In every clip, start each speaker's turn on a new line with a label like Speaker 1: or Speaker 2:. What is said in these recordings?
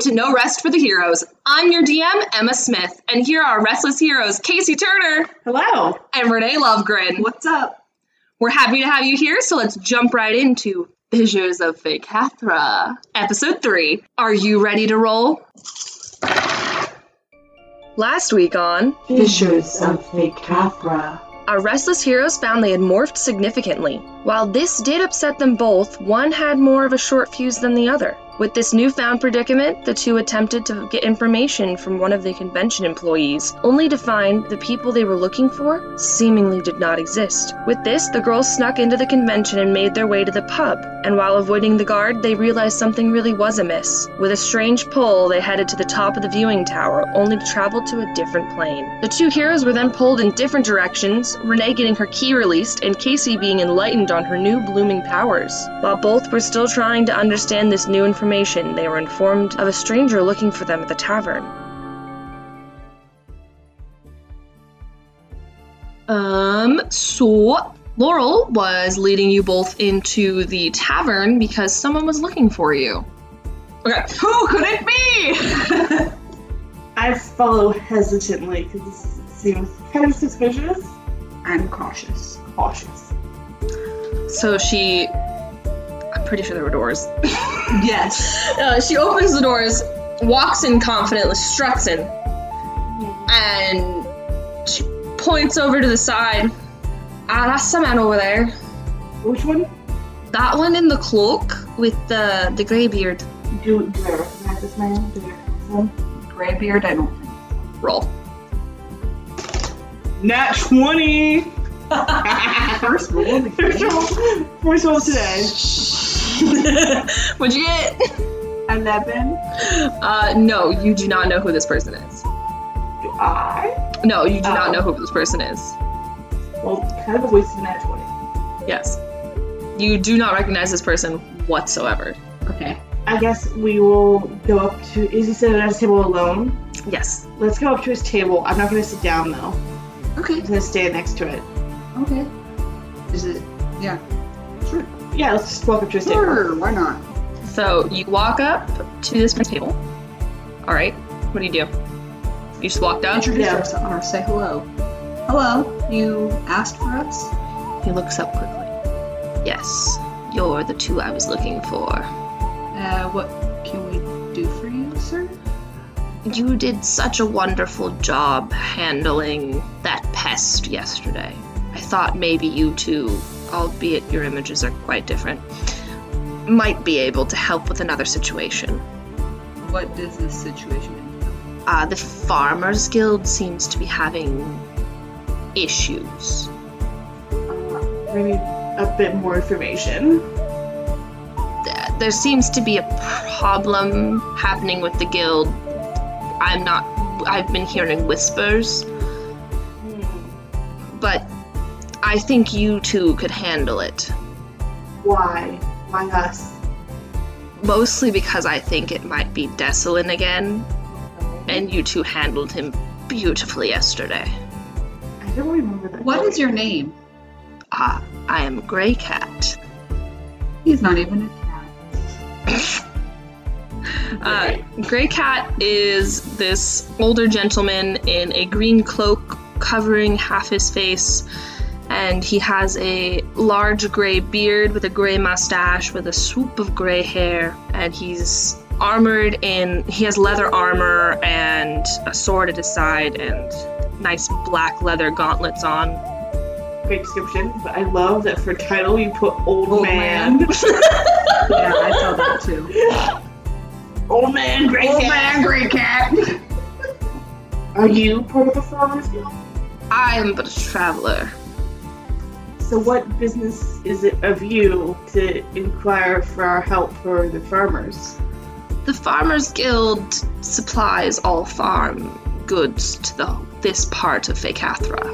Speaker 1: to No Rest for the Heroes. I'm your DM, Emma Smith, and here are Restless Heroes Casey Turner
Speaker 2: Hello.
Speaker 1: and Renee Lovegren.
Speaker 2: What's up?
Speaker 1: We're happy to have you here, so let's jump right into Fissures of Facathra, Episode 3. Are you ready to roll? Last week on,
Speaker 3: Fissures of Vacathra.
Speaker 1: our restless heroes found they had morphed significantly. While this did upset them both, one had more of a short fuse than the other. With this newfound predicament, the two attempted to get information from one of the convention employees, only to find the people they were looking for seemingly did not exist. With this, the girls snuck into the convention and made their way to the pub, and while avoiding the guard, they realized something really was amiss. With a strange pull, they headed to the top of the viewing tower, only to travel to a different plane. The two heroes were then pulled in different directions, Renee getting her key released and Casey being enlightened on her new blooming powers. While both were still trying to understand this new information, they were informed of a stranger looking for them at the tavern. Um, so Laurel was leading you both into the tavern because someone was looking for you. Okay, who could it be?
Speaker 2: I follow hesitantly because this seems kind of suspicious.
Speaker 3: I'm cautious.
Speaker 2: Cautious.
Speaker 1: so she. I'm pretty sure there were doors.
Speaker 2: Yes.
Speaker 1: Uh, she opens the doors, walks in confidently, struts in, and she points over to the side. Ah, that's the man over there.
Speaker 2: Which one?
Speaker 1: That one in the cloak with the the gray beard.
Speaker 2: Do, do I recognize this man? Do I recognize him?
Speaker 3: Graybeard, I don't think.
Speaker 1: Roll.
Speaker 2: Nat 20!
Speaker 3: First rule. of the
Speaker 2: First
Speaker 3: game.
Speaker 2: roll, first roll today.
Speaker 1: What'd you get?
Speaker 2: 11.
Speaker 1: Uh, no, you do not know who this person is.
Speaker 2: Do I?
Speaker 1: No, you do not
Speaker 2: Oh.
Speaker 1: know who this person is.
Speaker 2: Well, kind of a waste of a nat 20.
Speaker 1: Yes. You do not recognize this person whatsoever.
Speaker 3: Okay.
Speaker 2: I guess we will go up to. Is he sitting at his table alone?
Speaker 1: Yes.
Speaker 2: Let's go up to his table. I'm not going to sit down though.
Speaker 3: Okay.
Speaker 2: I'm going to stand next to it.
Speaker 3: Okay. Is it? Yeah. Sure.
Speaker 2: Yeah, let's just walk up to his table.
Speaker 3: Sure. Why not?
Speaker 1: So you walk up to this person's table. All right. What do you do? You just walk down.
Speaker 3: Introduce
Speaker 2: yeah.
Speaker 3: ourselves or say hello. Hello. You asked for us.
Speaker 1: He looks up quickly. Yes. You're the two I was looking for.
Speaker 3: Uh, what can we do for you, sir?
Speaker 1: You did such a wonderful job handling that pest yesterday. I thought maybe you two, albeit your images are quite different, might be able to help with another situation.
Speaker 3: What does this situation entail?
Speaker 1: Uh, the Farmers Guild seems to be having issues.
Speaker 2: We need a bit more information.
Speaker 1: Th- There seems to be a problem happening with the guild. I'm not. I've been hearing whispers,
Speaker 2: Hmm.
Speaker 1: but I think you two could handle it.
Speaker 2: Why? Why us?
Speaker 1: mostly because I think it might be Desolin again, and you two handled him beautifully yesterday.
Speaker 2: I don't remember that.
Speaker 3: What
Speaker 2: guy.
Speaker 3: is your name?
Speaker 1: Ah, I am Grey Cat.
Speaker 3: He's not even a cat.
Speaker 1: Uh, Grey Cat is this older gentleman in a green cloak covering half his face, and he has a large gray beard with a gray mustache with a swoop of gray hair, and he's armored in he has leather armor and a sword at his side and nice black leather gauntlets on
Speaker 2: Great description, but I love that for title you put old,
Speaker 3: Old
Speaker 2: man.
Speaker 3: yeah, I saw that too.
Speaker 2: Old man, great
Speaker 3: Old
Speaker 2: cat.
Speaker 3: man, gray cat.
Speaker 2: Are you part of the farmers guild?
Speaker 1: i am but a traveler
Speaker 2: So what business is it of you to inquire for our help for the farmers?
Speaker 1: The Farmers Guild supplies all farm goods to the, this part of Facathra.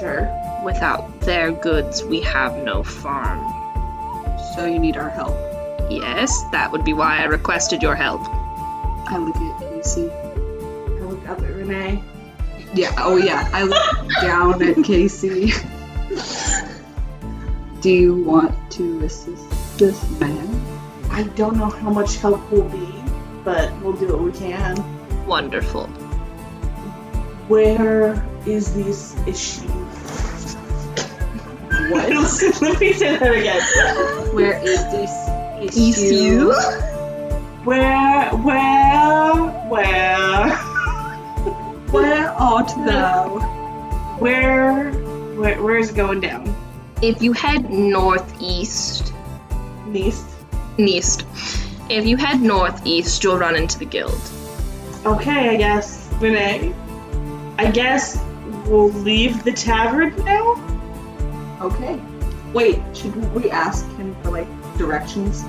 Speaker 2: Sure.
Speaker 1: Without their goods, we have no farm.
Speaker 3: So you need our help.
Speaker 1: Yes, that would be why I requested your help.
Speaker 3: I look at Casey.
Speaker 2: I looked up at Renee.
Speaker 3: Yeah, oh yeah. I look down at Casey. Do you want to assist this man?
Speaker 2: I don't know how much help will be, but we'll do what we can.
Speaker 1: Wonderful.
Speaker 2: Where is this issue? What? Let me say that again.
Speaker 3: Where is this
Speaker 1: Issue?
Speaker 2: Where, where, where,
Speaker 3: Where art thou?
Speaker 2: where, where, where's it going down?
Speaker 1: If you head northeast,
Speaker 2: East.
Speaker 1: east, if you head northeast, you'll run into the guild.
Speaker 2: Okay, I guess. Renee, I guess we'll leave the tavern now?
Speaker 3: Okay. Wait, should we ask him for like directions?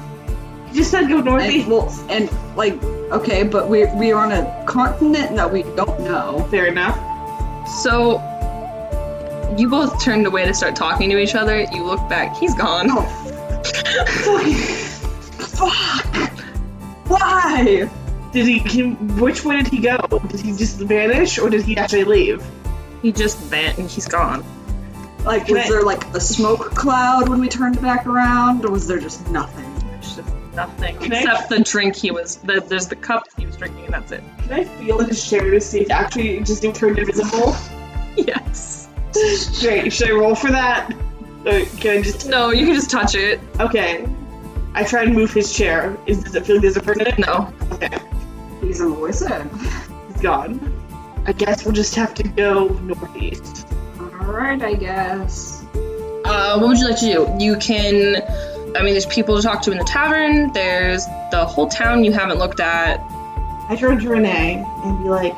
Speaker 2: You just said go
Speaker 3: And,
Speaker 2: northeast.
Speaker 3: well, and like, okay, but we we are on a continent that we don't know.
Speaker 2: Fair enough.
Speaker 1: So, you both turned away to start talking to each other. You look back, he's gone.
Speaker 3: Fuck! Why?
Speaker 2: Did he, him, which way did he go? Did he just vanish or did he actually leave?
Speaker 1: He just vent and he's gone.
Speaker 3: Like, was there like a smoke cloud when we turned back around, or was there just nothing?
Speaker 1: There's just nothing
Speaker 2: Can I-
Speaker 1: except the drink he was. The, there's the cup he was drinking, and that's it.
Speaker 2: Can I feel his chair to see if actually it just turned invisible?
Speaker 1: Yes.
Speaker 2: Great, should I roll for that? Or can I just.
Speaker 1: No, you can just touch it.
Speaker 2: Okay. I try and move his chair. Is, does it feel there's a person in it?
Speaker 1: No.
Speaker 2: Okay,
Speaker 3: He's a wizard.
Speaker 2: he's gone. I guess we'll just have to go northeast.
Speaker 3: All right, I guess.
Speaker 1: Uh, what would you like to do? You can. I mean, there's people to talk to in the tavern. There's the whole town you haven't looked at.
Speaker 2: I turn to Renee and be like,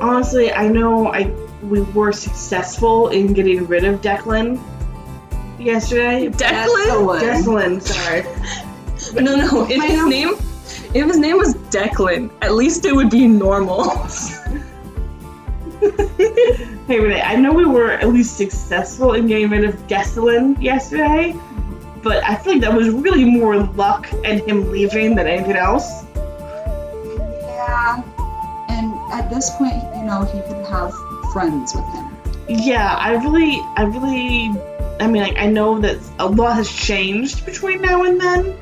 Speaker 2: honestly, I know I we were successful in getting rid of Declan yesterday.
Speaker 3: That's the
Speaker 1: Declan?
Speaker 3: one.
Speaker 2: Declan, sorry.
Speaker 1: No, no. If
Speaker 2: I
Speaker 1: his
Speaker 2: know.
Speaker 1: name, if his name was Declan, at least it would be normal.
Speaker 2: hey Renee, I know we were at least successful in getting rid of Declan yesterday, but I feel like that was really more luck and him leaving than anything else.
Speaker 3: Yeah. And at this point, you know, he could have friends with him.
Speaker 2: Yeah, I really, I really, I mean, like, I know that a lot has changed between now and then.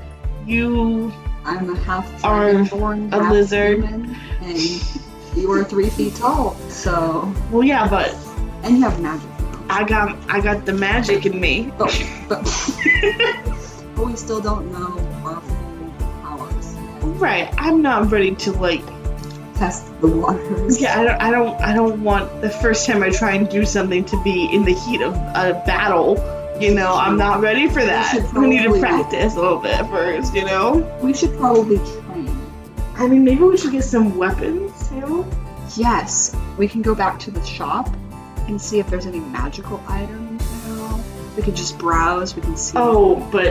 Speaker 2: You
Speaker 3: I'm a half
Speaker 2: Are
Speaker 3: dragonborn,
Speaker 2: a
Speaker 3: half
Speaker 2: lizard.
Speaker 3: human, and you are three feet tall. So,
Speaker 2: Well, yeah, but
Speaker 3: and you have magic.
Speaker 2: I got I got the magic in me.
Speaker 3: But, but, but we still don't know our full powers.
Speaker 2: Right, I'm not ready to like.
Speaker 3: Test the waters.
Speaker 2: Yeah, I don't, I don't, I don't want the first time I try and do something to be in the heat of a battle. You know, I'm not ready for
Speaker 3: should
Speaker 2: that. We need to
Speaker 3: probably-
Speaker 2: practice a little bit first. You know.
Speaker 3: We should probably train.
Speaker 2: I mean, maybe we should get some weapons too.
Speaker 3: Yes, we can go back to the shop and see if there's any magical items now. We can just browse. We can see.
Speaker 2: Oh, but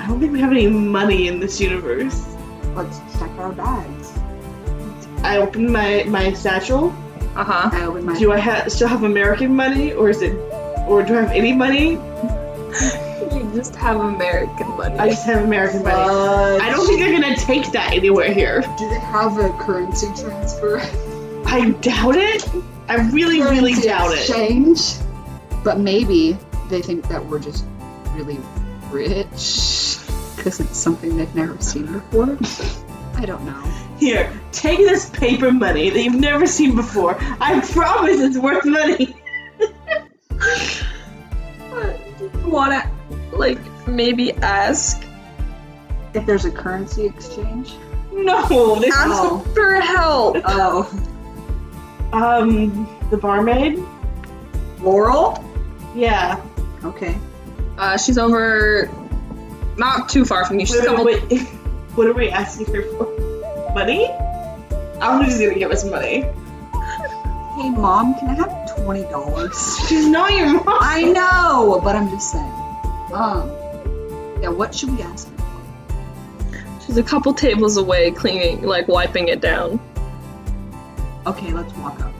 Speaker 2: I don't think we have any money in this universe.
Speaker 3: Let's check our bags.
Speaker 2: I open my my satchel.
Speaker 1: Uh huh.
Speaker 3: I open my
Speaker 2: Do I ha- still have American money, or is it, or do I have any money?
Speaker 1: You just have American money.
Speaker 2: I just have American money.
Speaker 3: Fudge.
Speaker 2: I don't think they're gonna take that anywhere here.
Speaker 3: Do they have a currency transfer?
Speaker 2: I doubt it. I really, really
Speaker 3: Currency
Speaker 2: doubt it.
Speaker 3: exchange? But maybe they think that we're just really rich because it's something they've never seen before. I don't know.
Speaker 2: Here, take this paper money that you've never seen before. I promise it's worth money.
Speaker 1: wanna, like, maybe ask?
Speaker 3: If there's a currency exchange?
Speaker 2: No, this
Speaker 1: Ask
Speaker 3: No.
Speaker 1: for help!
Speaker 3: Oh,
Speaker 2: um the barmaid.
Speaker 3: Laurel?
Speaker 2: Yeah.
Speaker 3: Okay.
Speaker 1: Uh, she's over. Not too far from you. She's a
Speaker 2: Wait,
Speaker 1: couple.
Speaker 2: wait, wait. What are we asking her for? Money? I'm just gonna give us money.
Speaker 3: Hey, mom, can I have twenty dollars?
Speaker 2: She's not your mom.
Speaker 3: I know, but I'm just saying. Um, yeah. What should we ask? her for?
Speaker 1: She's a couple tables away, cleaning, like wiping it down.
Speaker 3: Okay, let's walk up.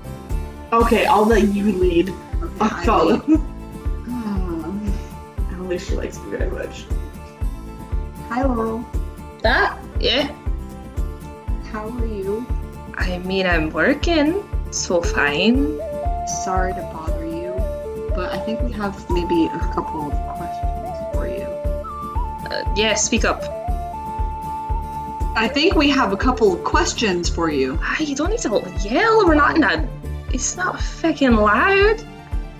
Speaker 2: Okay, I'll let you lead.
Speaker 3: Okay,
Speaker 2: I'll
Speaker 3: I
Speaker 2: follow.
Speaker 3: lead. Um,
Speaker 2: I don't think she likes me very much.
Speaker 3: Hi, Laurel.
Speaker 1: That? Yeah.
Speaker 3: How are you?
Speaker 1: I mean, I'm working, so fine.
Speaker 3: Sorry to bother you, but I think we have maybe a couple of questions for you.
Speaker 1: Uh, yeah, speak up.
Speaker 3: I think we have a couple of questions for you.
Speaker 1: Ah, you don't need to yell. We're not in a. It's not fucking loud.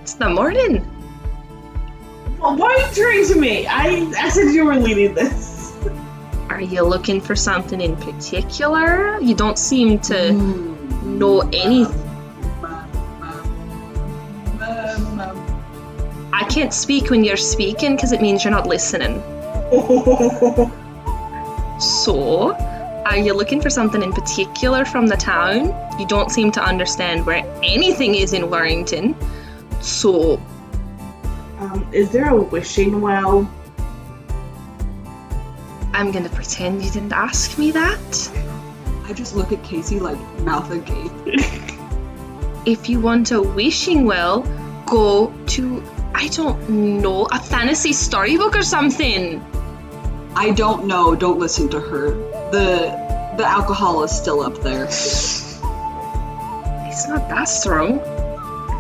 Speaker 1: It's the morning.
Speaker 2: Well, why are you turning to me? I, I said you were leading this.
Speaker 1: Are you looking for something in particular? You don't seem to know any. I can't speak when you're speaking because it means you're not listening.
Speaker 2: Um,
Speaker 1: So, are you looking for something in particular from the town? You don't seem to understand where anything is in Warrington. So,
Speaker 2: um, is there a wishing well?
Speaker 1: I'm gonna pretend you didn't ask me that.
Speaker 3: I just look at Casey like mouth agape.
Speaker 1: If you want a wishing well, go to, I don't know, a fantasy storybook or something.
Speaker 3: I don't know. Don't listen to her. The the alcohol is still up there.
Speaker 1: It's not that strong.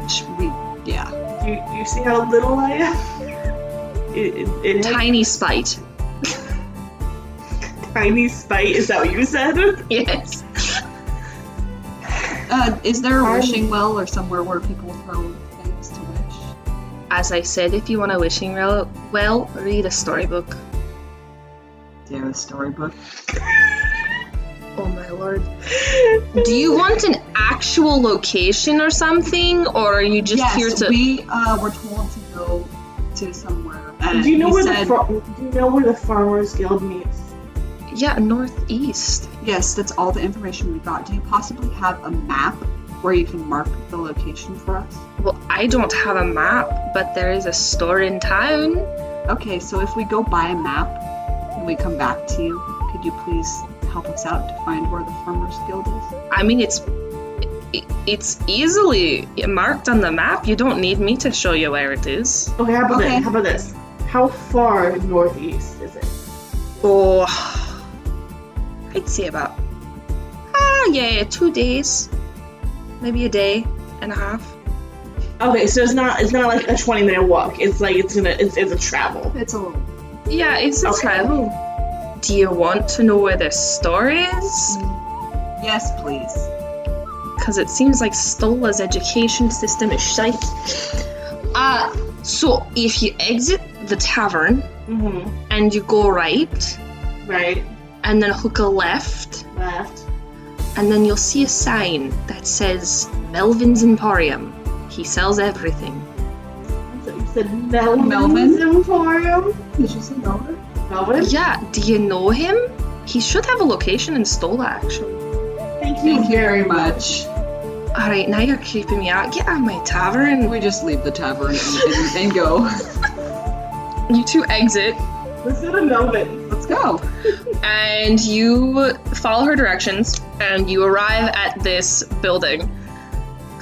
Speaker 3: Should we, yeah.
Speaker 2: Do you, do you see how little I am? It, it, it has
Speaker 1: Tiny spite.
Speaker 2: tiny spite. Is that what you said?
Speaker 1: Yes.
Speaker 3: Uh, is there a
Speaker 2: Um,
Speaker 3: wishing well or somewhere where people throw things to wish?
Speaker 1: As I said, if you want a wishing well, well, read a storybook.
Speaker 3: There a storybook.
Speaker 1: Oh my lord. Do you want an actual location or something, or are you just
Speaker 3: yes,
Speaker 1: here to?
Speaker 3: we uh, were told to go to somewhere. And
Speaker 2: Do you know
Speaker 3: we
Speaker 2: where
Speaker 3: said,
Speaker 2: the far- Do you know where the Farmers Guild meets?
Speaker 1: Yeah, northeast.
Speaker 3: Yes, that's all the information we got. Do you possibly have a map where you can mark the location for us?
Speaker 1: Well, I don't have a map, but there is a store in town.
Speaker 3: Okay, so if we go buy a map and we come back to you, could you please help us out to find where the Farmers Guild is?
Speaker 1: I mean, it's it- it's easily marked on the map. You don't need me to show you where it is.
Speaker 2: Okay, how about
Speaker 3: Okay.
Speaker 2: this? How about this? How far northeast is it?
Speaker 1: Oh, I'd say about ah yeah, two days, maybe a day and a half.
Speaker 2: Okay, so it's not it's not like a twenty minute walk. It's like it's gonna it's, it's a travel.
Speaker 3: It's a little.
Speaker 1: Yeah, it's a
Speaker 2: Okay.
Speaker 1: travel. Do you want to know where the store is?
Speaker 3: Yes, please.
Speaker 1: Because it seems like Stola's education system is shite. Uh, so if you exit the tavern
Speaker 2: Mm-hmm.
Speaker 1: and you go right,
Speaker 2: Right,
Speaker 1: and then hook a left,
Speaker 2: left.
Speaker 1: and then you'll see a sign that says Melvin's Emporium. He sells everything.
Speaker 2: So you said Melvin's
Speaker 3: Melvin?
Speaker 2: Emporium.
Speaker 3: Did you say Melbourne?
Speaker 2: Melvin.
Speaker 1: Yeah, do you know him? He should have a location in Stola, actually.
Speaker 2: Thank you
Speaker 3: Thank you very much.
Speaker 1: Alright, now you're creeping me out. Get out of my tavern.
Speaker 3: We just leave the tavern and, and, and go.
Speaker 1: You two exit,
Speaker 2: Let's go to Melvin.
Speaker 3: Let's go.
Speaker 1: and you follow her directions, and you arrive at this building.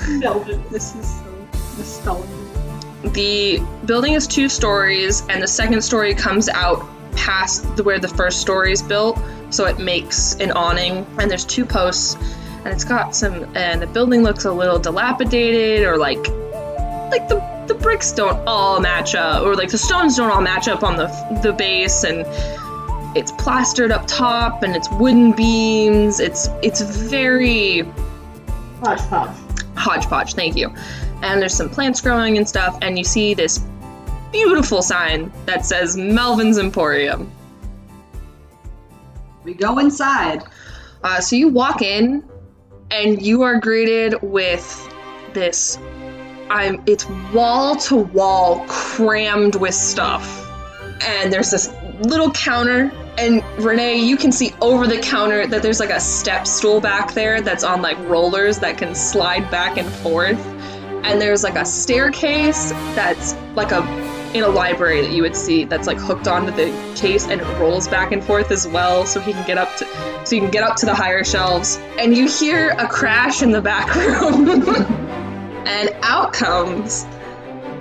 Speaker 2: Melvin.
Speaker 3: This is so nostalgic.
Speaker 1: The building is two stories, and the second story comes out past the, where the first story is built, so it makes an awning. And there's two posts, and it's got some. And the building looks a little dilapidated, or like, like the the bricks don't all match up, or like the stones don't all match up on the the base, and it's plastered up top, and it's wooden beams. It's it's very
Speaker 2: Posh posh.
Speaker 1: hodgepodge, thank you. And there's some plants growing and stuff, and you see this beautiful sign that says Melvin's Emporium.
Speaker 3: We go inside.
Speaker 1: Uh, so you walk in, and you are greeted with this. I'm. It's wall to wall crammed with stuff, and there's this little counter. And Renee, you can see over the counter that there's like a step stool back there that's on like rollers that can slide back and forth. And there's like a staircase that's like a in a library that you would see that's like hooked onto the case and it rolls back and forth as well so he can get up to so you can get up to the higher shelves and you hear a crash in the back room and out comes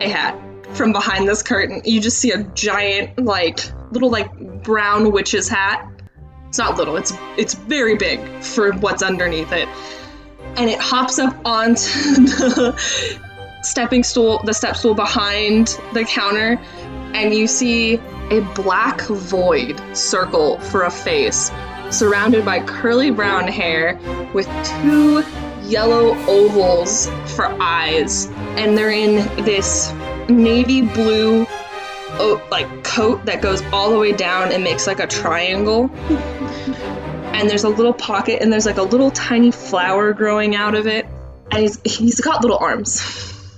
Speaker 1: a hat from behind this curtain you just see a giant like little like brown witch's hat it's not little it's it's very big for what's underneath it and it hops up onto the stepping stool the step stool behind the counter and you see a black void circle for a face, surrounded by curly brown hair with two yellow ovals for eyes, and they're in this navy blue oh, like coat that goes all the way down and makes like a triangle. and there's a little pocket and there's like a little tiny flower growing out of it. And he's he's got little arms.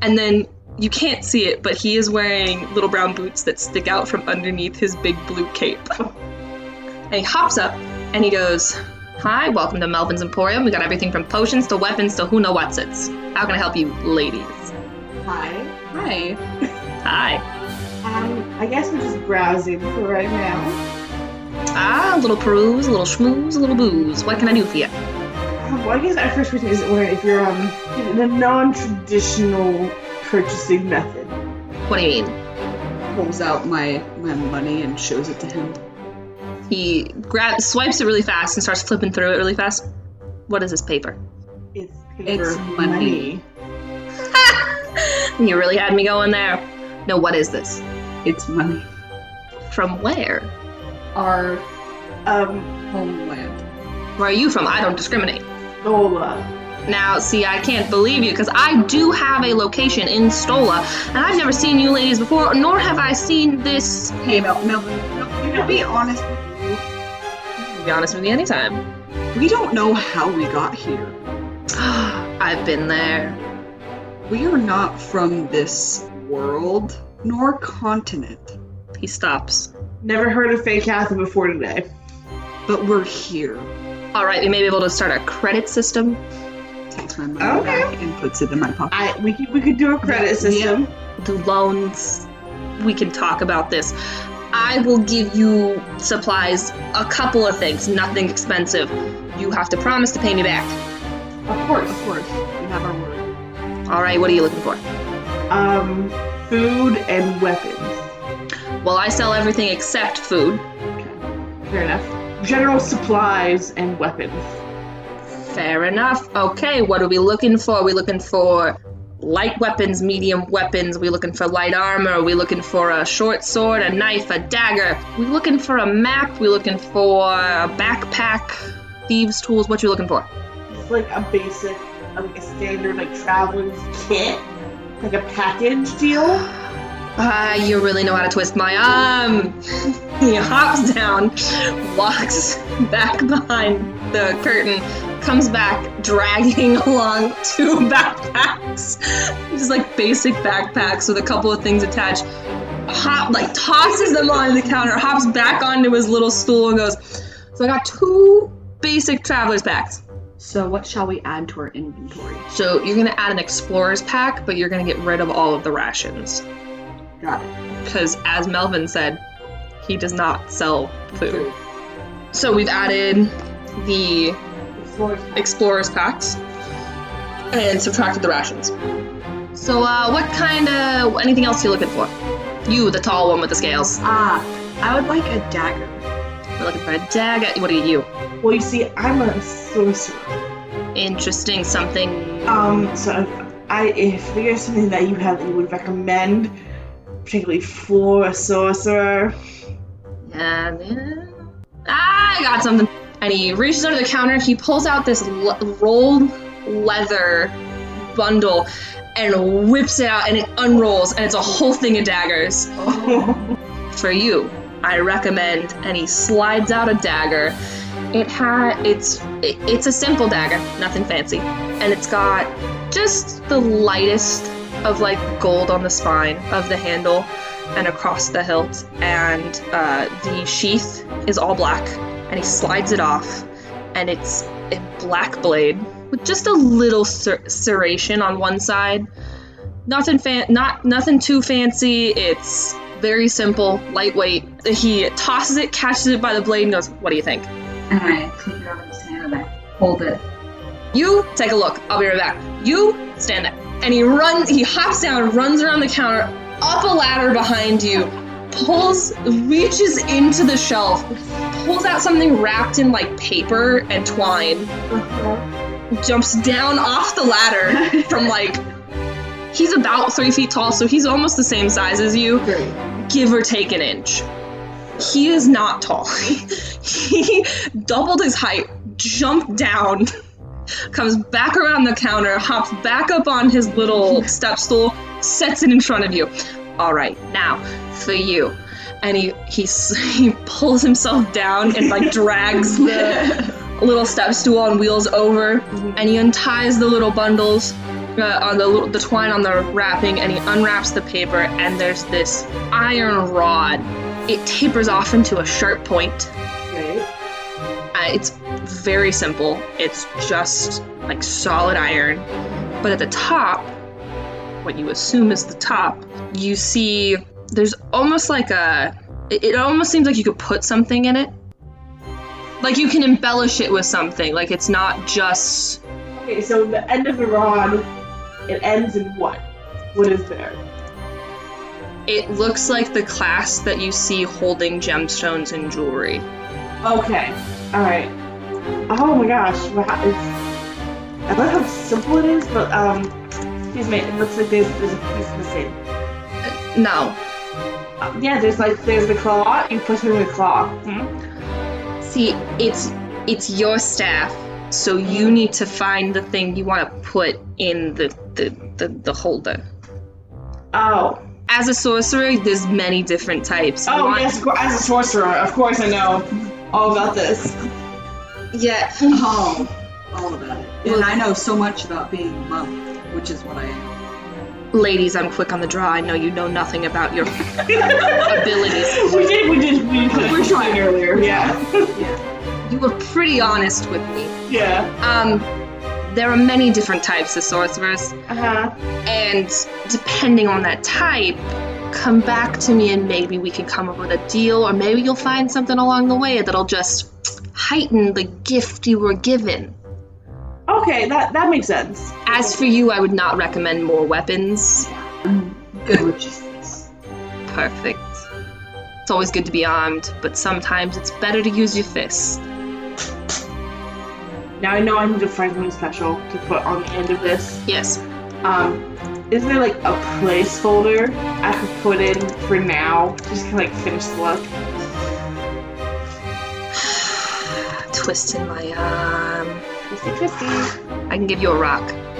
Speaker 1: And then you can't see it, but he is wearing little brown boots that stick out from underneath his big blue cape. and he hops up and he goes, Hi, welcome to Melvin's Emporium. We got everything from potions to weapons to who know what's it's. How can I help you, ladies?
Speaker 2: Hi.
Speaker 3: Hi.
Speaker 1: Hi.
Speaker 2: Um, I guess we're just browsing for right now.
Speaker 1: Ah, a little peruse, a little schmooze, a little booze. What can I do for you?
Speaker 2: Um, well, I guess our first question is where if you're um in a non-traditional purchasing method.
Speaker 1: What do you mean?
Speaker 3: Pulls out my my money and shows it to him.
Speaker 1: He grabs, swipes it really fast and starts flipping through it really fast. What is this paper?
Speaker 2: It's paper
Speaker 3: It's money.
Speaker 1: you really had me going there. No, what is this?
Speaker 3: It's money.
Speaker 1: From where?
Speaker 3: Our
Speaker 2: Um,
Speaker 3: homeland.
Speaker 1: Where are you from? I don't discriminate.
Speaker 2: Nola.
Speaker 1: Now, see, I can't believe you because I do have a location in Stola, and I've never seen you ladies before, nor have I seen this.
Speaker 3: Hey, Mel- Melvin, Melvin, to be honest with
Speaker 1: To be honest with you, anytime.
Speaker 3: you, we don't know how we got here.
Speaker 1: I've been there.
Speaker 3: We are not from this world nor continent,
Speaker 1: He stops.
Speaker 2: Never heard of fake Catherine before today.
Speaker 3: but we're here.
Speaker 1: All right, we may be able to start a credit system.
Speaker 3: Takes my money
Speaker 2: Okay.
Speaker 3: back and puts it in my pocket.
Speaker 2: I we could we could do a credit system.
Speaker 1: do loans. We can talk about this. I will give you supplies, a couple of things, nothing expensive. You have to promise to pay me back.
Speaker 2: Of
Speaker 3: Of
Speaker 2: course.
Speaker 3: course, we have our word.
Speaker 1: All right, what are you looking for?
Speaker 2: Um, food and weapons.
Speaker 1: Well, I sell everything except food.
Speaker 2: Fair enough. General supplies and weapons.
Speaker 1: Fair enough. Okay, what are we looking for? Are we looking for light weapons, medium weapons? Are we looking for light armor? Are we looking for a short sword, a knife, a dagger? we looking for a map? we looking for a backpack, thieves' tools? What you looking for?
Speaker 2: It's like a basic, like a standard, like traveling kit, like a package deal.
Speaker 1: Ah, you really know how to twist my arm. he hops down, walks back behind the curtain, comes back dragging along two backpacks, just like basic backpacks with a couple of things attached. Hop like tosses them onto the counter, hops back onto his little stool and goes. So I got two basic travelers packs.
Speaker 3: So, what shall we add to our inventory?
Speaker 1: So you're gonna add an explorer's pack, but you're gonna get rid of all of the rations.
Speaker 3: Got it.
Speaker 1: because as Melvin said, he does not sell food. So we've added the explorers packs and subtracted the rations. So uh, what kind of anything else you looking for? You, the tall one with the scales.
Speaker 3: Ah, I would like a dagger.
Speaker 1: We're looking for a dagger. What are you?
Speaker 2: Well, you see, I'm a sorcerer.
Speaker 1: Interesting. Something.
Speaker 2: Um, so if I if there's something that you have that you would recommend, particularly for a sorcerer,
Speaker 1: And then- Ah, I got something. And he reaches under the counter. He pulls out this l- rolled leather bundle and whips it out, and it unrolls, and it's a whole thing of daggers for you. I recommend. And he slides out a dagger. It had it's it, it's a simple dagger, nothing fancy, and it's got just the lightest of like gold on the spine of the handle and across the hilt, and uh, the sheath is all black. And he slides it off, and it's a black blade with just a little ser- serration on one side. Nothing fan, not nothing too fancy. It's very simple, lightweight. He tosses it, catches it by the blade, and goes, "What do you think?"
Speaker 4: and I take it out of his hand and I hold it.
Speaker 1: You take a look. I'll be right back. You stand there. And he runs, he hops down, runs around the counter, up a ladder behind you, pulls, reaches into the shelf, pulls out something wrapped in like paper and twine, jumps down off the ladder from like. He's about three feet tall, so he's almost the same size as you.
Speaker 3: Great.
Speaker 1: give or take an inch. He is not tall. he doubled his height, jumped down, comes back around the counter, hops back up on his little step stool, sets it in front of you. All right, now for you. And he he s- he pulls himself down and like drags the little step stool on wheels over, and he unties the little bundles uh, on the little, the twine on the wrapping, and he unwraps the paper, and there's this iron rod. It tapers off into a sharp point.
Speaker 2: Okay.
Speaker 1: Uh, it's very simple. It's just like solid iron. But at the top, what you assume is the top, you see there's almost like a. It, it almost seems like you could put something in it. Like you can embellish it with something. Like it's not just.
Speaker 2: Okay, so the end of the rod, it ends in what? What is there?
Speaker 1: It looks like the class that you see holding gemstones and jewelry.
Speaker 2: Okay. Alright. Oh my gosh. Wow. It's, I love how simple it is, but, um, excuse me, it looks like there's, there's a piece missing.
Speaker 1: No,
Speaker 2: Uh, yeah, there's like, there's the claw. You push in the claw.
Speaker 1: See, it's it's your staff, so you need to find the thing you want to put in the the, the, the holder.
Speaker 2: Oh.
Speaker 1: As a sorcerer, there's many different types. You
Speaker 2: Oh,
Speaker 1: want-
Speaker 2: yes, of cour- as a sorcerer, of course I know all about this.
Speaker 1: yeah.
Speaker 4: Oh, all about it. And I know so much about being a monk, which is what I am.
Speaker 1: Ladies, I'm quick on the draw. I know you know nothing about your abilities.
Speaker 2: We did, we did, we did.
Speaker 4: We're trying
Speaker 2: earlier. Yeah.
Speaker 1: You were pretty honest with me.
Speaker 2: Yeah.
Speaker 1: Um, there are many different types of sorcerers.
Speaker 2: Uh huh.
Speaker 1: and depending on that type come back to me and maybe we can come up with a deal or maybe you'll find something along the way that'll just heighten the gift you were given
Speaker 2: Okay, that, that makes sense.
Speaker 1: as for you i would not recommend more weapons
Speaker 4: Good with just this.
Speaker 1: perfect it's always good to be armed but sometimes it's better to use your fists
Speaker 2: Now I know I need to find something special to put on the end of this.
Speaker 1: yes
Speaker 2: Um, is there like a placeholder I could put in for now, just to like finish the look?
Speaker 1: twisting my arm
Speaker 2: Twisty, twisty.
Speaker 1: i can give you a rock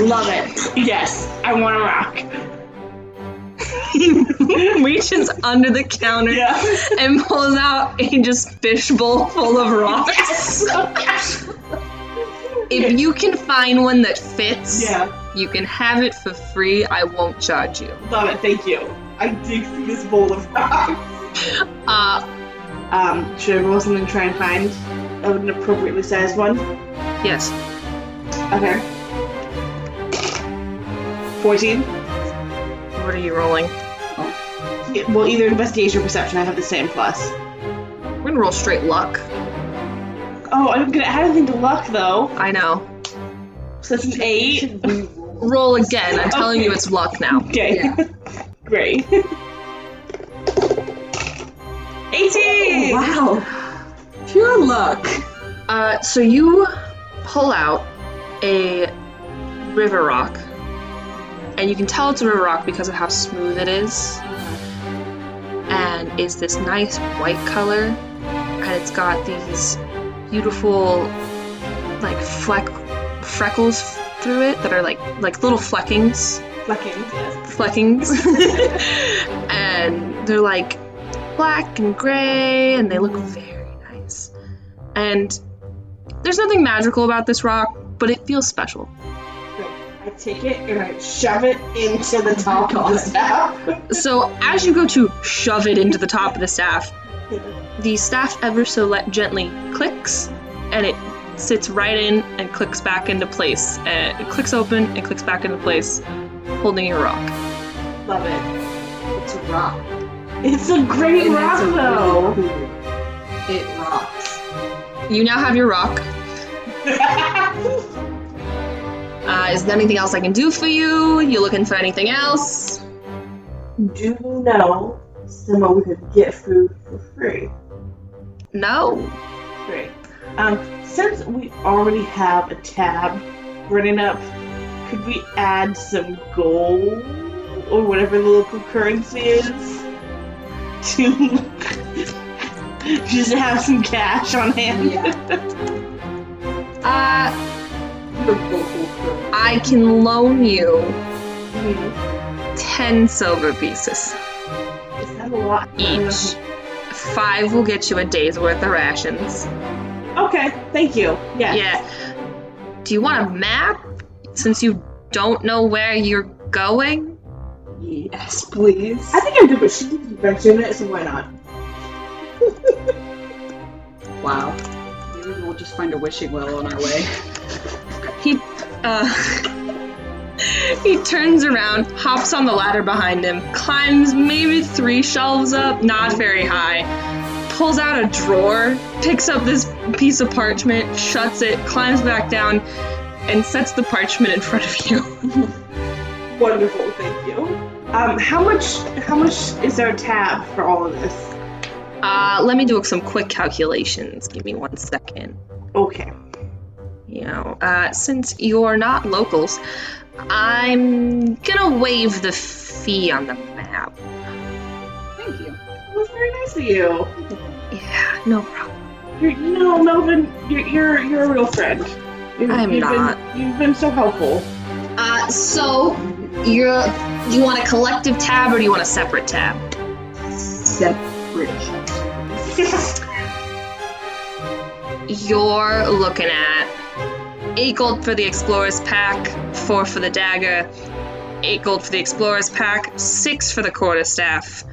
Speaker 2: Love it. Yes, I want to rock.
Speaker 1: he reaches under the counter
Speaker 2: Yeah.
Speaker 1: and pulls out a just fishbowl full of rocks If you can find one that fits,
Speaker 2: yeah.
Speaker 1: you can have it for free. I won't charge you.
Speaker 2: Love it. Thank you. I dig through this bowl of rocks.
Speaker 1: Uh,
Speaker 2: Um, should I roll something to try and find an appropriately sized one?
Speaker 1: yes.
Speaker 2: Okay. Fourteen.
Speaker 1: What are you rolling?
Speaker 2: Yeah, well, either investigation or perception. I have the same plus.
Speaker 1: We're gonna roll straight luck.
Speaker 2: Oh, I'm gonna add anything to luck though.
Speaker 1: I know.
Speaker 2: So that's an eight.
Speaker 4: Should we roll?
Speaker 1: Roll again. I'm telling you
Speaker 2: Okay.
Speaker 1: it's luck now.
Speaker 2: Okay.
Speaker 4: Yeah.
Speaker 2: Great. 18!
Speaker 4: Wow. Pure luck.
Speaker 1: Uh, so you pull out a river rock, and you can tell it's a river rock because of how smooth it is. And it's this nice white color, and it's got these beautiful, like fleck freckles through it that are like like little fleckings,
Speaker 2: Fucking yes.
Speaker 1: fleckings, and they're like black and gray, and they look very nice. And there's nothing magical about this rock, but it feels special.
Speaker 2: I take it and I shove it into the top of the staff.
Speaker 1: So as you go to shove it into the top of the staff, the staff ever so le- gently clicks, and it sits right in and clicks back into place. Uh, it clicks open and clicks back into place, holding your rock.
Speaker 2: Love it.
Speaker 4: It's a rock.
Speaker 2: It's a great
Speaker 4: And
Speaker 2: rock
Speaker 4: it's a really
Speaker 2: though.
Speaker 4: cool- It rocks.
Speaker 1: You now have your rock. Uh, is there anything else I can do for you? You looking for anything else?
Speaker 2: Do you know someone we could get food for free?
Speaker 1: No.
Speaker 2: Great. Um, since we already have a tab running up, could we add some gold or whatever the local currency is to just have some cash on hand.
Speaker 4: Yeah.
Speaker 3: Uh,
Speaker 4: You're cool, cool, cool.
Speaker 1: I can loan you 10 silver pieces.
Speaker 2: Is that a lot?
Speaker 1: Each. Five will get you a day's worth of rations.
Speaker 2: Okay, thank you. Yeah.
Speaker 1: Yeah. Do you want a map? Since you don't know where you're going?
Speaker 4: Yes, please.
Speaker 2: I think I did, but she didn't mention it, so why not?
Speaker 4: Wow.
Speaker 3: maybe we'll just find a wishing well on our way.
Speaker 1: He, uh, he turns around, hops on the ladder behind him, climbs maybe three shelves up, not very high, pulls out a drawer, picks up this piece of parchment, shuts it, climbs back down, and sets the parchment in front of you.
Speaker 2: Wonderful, thank you. Um, how much? How much is our tab for all of this?
Speaker 1: Uh, let me do some quick calculations. Give me one second.
Speaker 2: Okay.
Speaker 1: You know, uh, since you're not locals, I'm gonna waive the fee on the map.
Speaker 3: Thank you.
Speaker 2: That was very nice of you.
Speaker 1: Yeah, no problem.
Speaker 2: You're, you know, Melvin, you're you're, you're a real friend. You,
Speaker 1: I'm
Speaker 2: you've
Speaker 1: not.
Speaker 2: Been, you've been so helpful.
Speaker 1: Uh, so you're you want a collective tab or do you want a separate tab?
Speaker 4: Separate.
Speaker 1: You're looking at eight gold for the explorer's pack, four for the dagger, eight gold for the explorer's pack, six for the quarterstaff,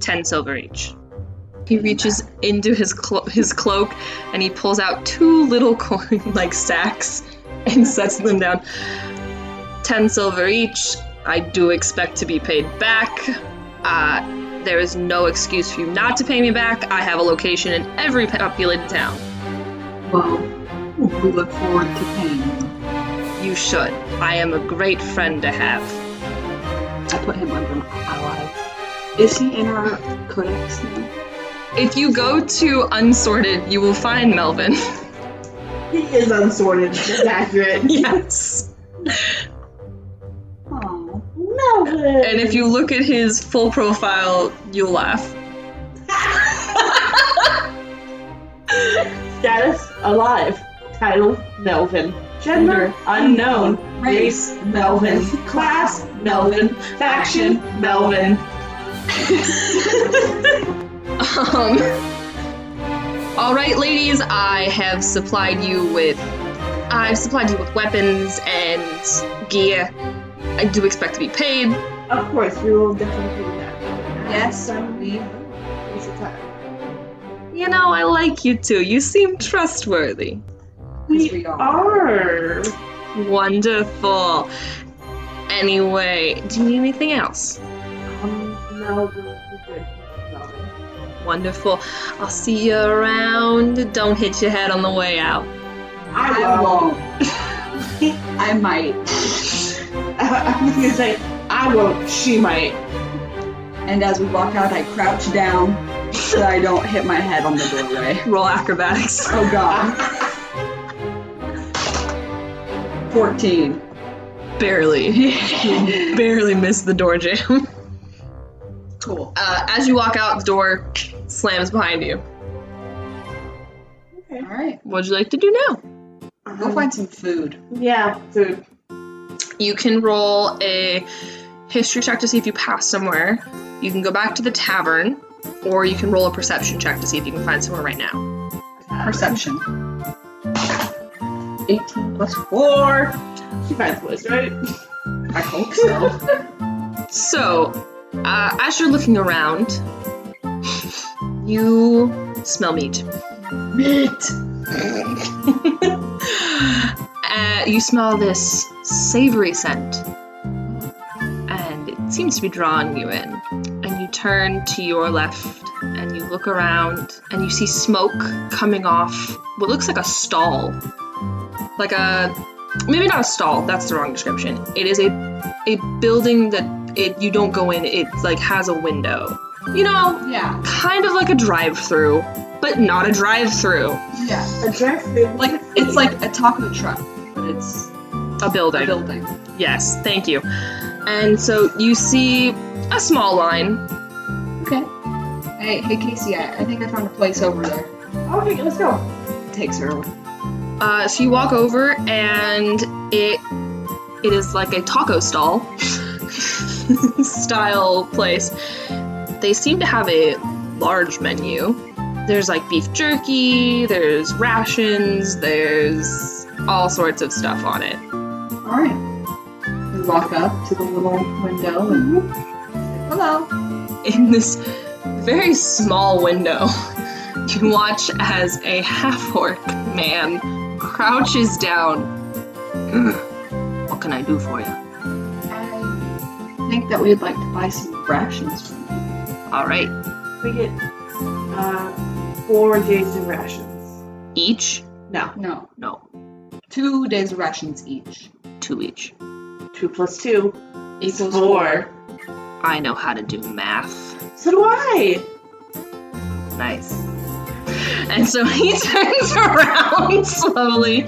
Speaker 1: ten silver each. He reaches into his clo- his cloak and he pulls out two little coin like sacks and sets them down. Ten silver each. I do expect to be paid back. Uh, there is no excuse for you not to pay me back. I have a location in every populated town.
Speaker 4: Well, we look forward to paying you.
Speaker 1: You should. I am a great friend to have.
Speaker 4: I put him under my ally. Is he in our codex now?
Speaker 1: If you go to Unsorted, you will find Melvin.
Speaker 2: He is unsorted. That's accurate.
Speaker 1: yes.
Speaker 4: Oh,
Speaker 2: Melvin.
Speaker 1: And if you look at his full profile, you'll laugh.
Speaker 2: status alive, title Melvin, gender unknown, race Melvin, class Melvin, faction Melvin.
Speaker 1: Um, all right, ladies, I have supplied you with I've supplied you with weapons and gear. I do expect to be paid.
Speaker 2: Of course, we will definitely do that.
Speaker 4: yes, we.
Speaker 2: We should try.
Speaker 1: You know, I like you too. You seem trustworthy.
Speaker 4: Yes, we are.
Speaker 2: are.
Speaker 1: Wonderful. Anyway, do you need anything else?
Speaker 2: Um, no, we're we're good. Melvin.
Speaker 1: Wonderful. I'll see you around. Don't hit your head on the way out.
Speaker 4: I
Speaker 2: I will.
Speaker 4: won't. I might.
Speaker 2: I was gonna say, I won't, she might.
Speaker 4: And as we walk out, I crouch down so I don't hit my head on the doorway.
Speaker 1: Roll acrobatics.
Speaker 4: Oh god. 14.
Speaker 1: Barely. Barely missed the door jam.
Speaker 4: cool.
Speaker 1: Uh, as you walk out, the door slams behind you.
Speaker 4: Alright.
Speaker 1: What'd you like to do now?
Speaker 4: Go find some food.
Speaker 2: Yeah, food.
Speaker 1: You can roll a history check to see if you pass somewhere. You can go back to the tavern, or you can roll a perception check to see if you can find somewhere right now.
Speaker 4: Perception. 18 plus 4.
Speaker 2: Or she finds place, right?
Speaker 4: I hope so.
Speaker 1: So, uh, as you're looking around, you smell meat.
Speaker 4: Meat!
Speaker 1: Uh, you smell this savory scent, and it seems to be drawing you in. And you turn to your left, and you look around, and you see smoke coming off what looks like a stall. Like a. Maybe not a stall, that's the wrong description. It is a, a building that it you don't go in, it like has a window. You know,
Speaker 4: Yeah.
Speaker 1: kind of like a drive through, but not a drive through.
Speaker 4: Yeah.
Speaker 2: A dress food.
Speaker 4: Like, it's like a taco truck, but it's
Speaker 1: A
Speaker 4: a
Speaker 1: building.
Speaker 4: building.
Speaker 1: yes, thank you. And so you see a small line
Speaker 4: Okay.
Speaker 3: Hey, hey, Casey, I, I think I found a place over there.
Speaker 2: Okay, let's go.
Speaker 4: Takes her away.
Speaker 1: Uh, so you walk over, and it it is like a taco stall style place. They seem to have a large menu. There's like beef jerky, there's rations, there's all sorts of stuff on it.
Speaker 4: All right. We walk up to the little window and hello.
Speaker 1: in this very small window, you watch as a half orc man crouches down. "Mm, What can I do for you?
Speaker 4: I think that we'd like to buy some rations from you.
Speaker 1: All right,
Speaker 2: We get uh, four days of rations.
Speaker 1: each?
Speaker 2: No,
Speaker 4: No,
Speaker 1: No,
Speaker 4: two days of rations each.
Speaker 1: two each.
Speaker 2: two plus two
Speaker 4: Equals
Speaker 1: I know how to do math.
Speaker 2: So do I.
Speaker 1: Nice. And so he turns around slowly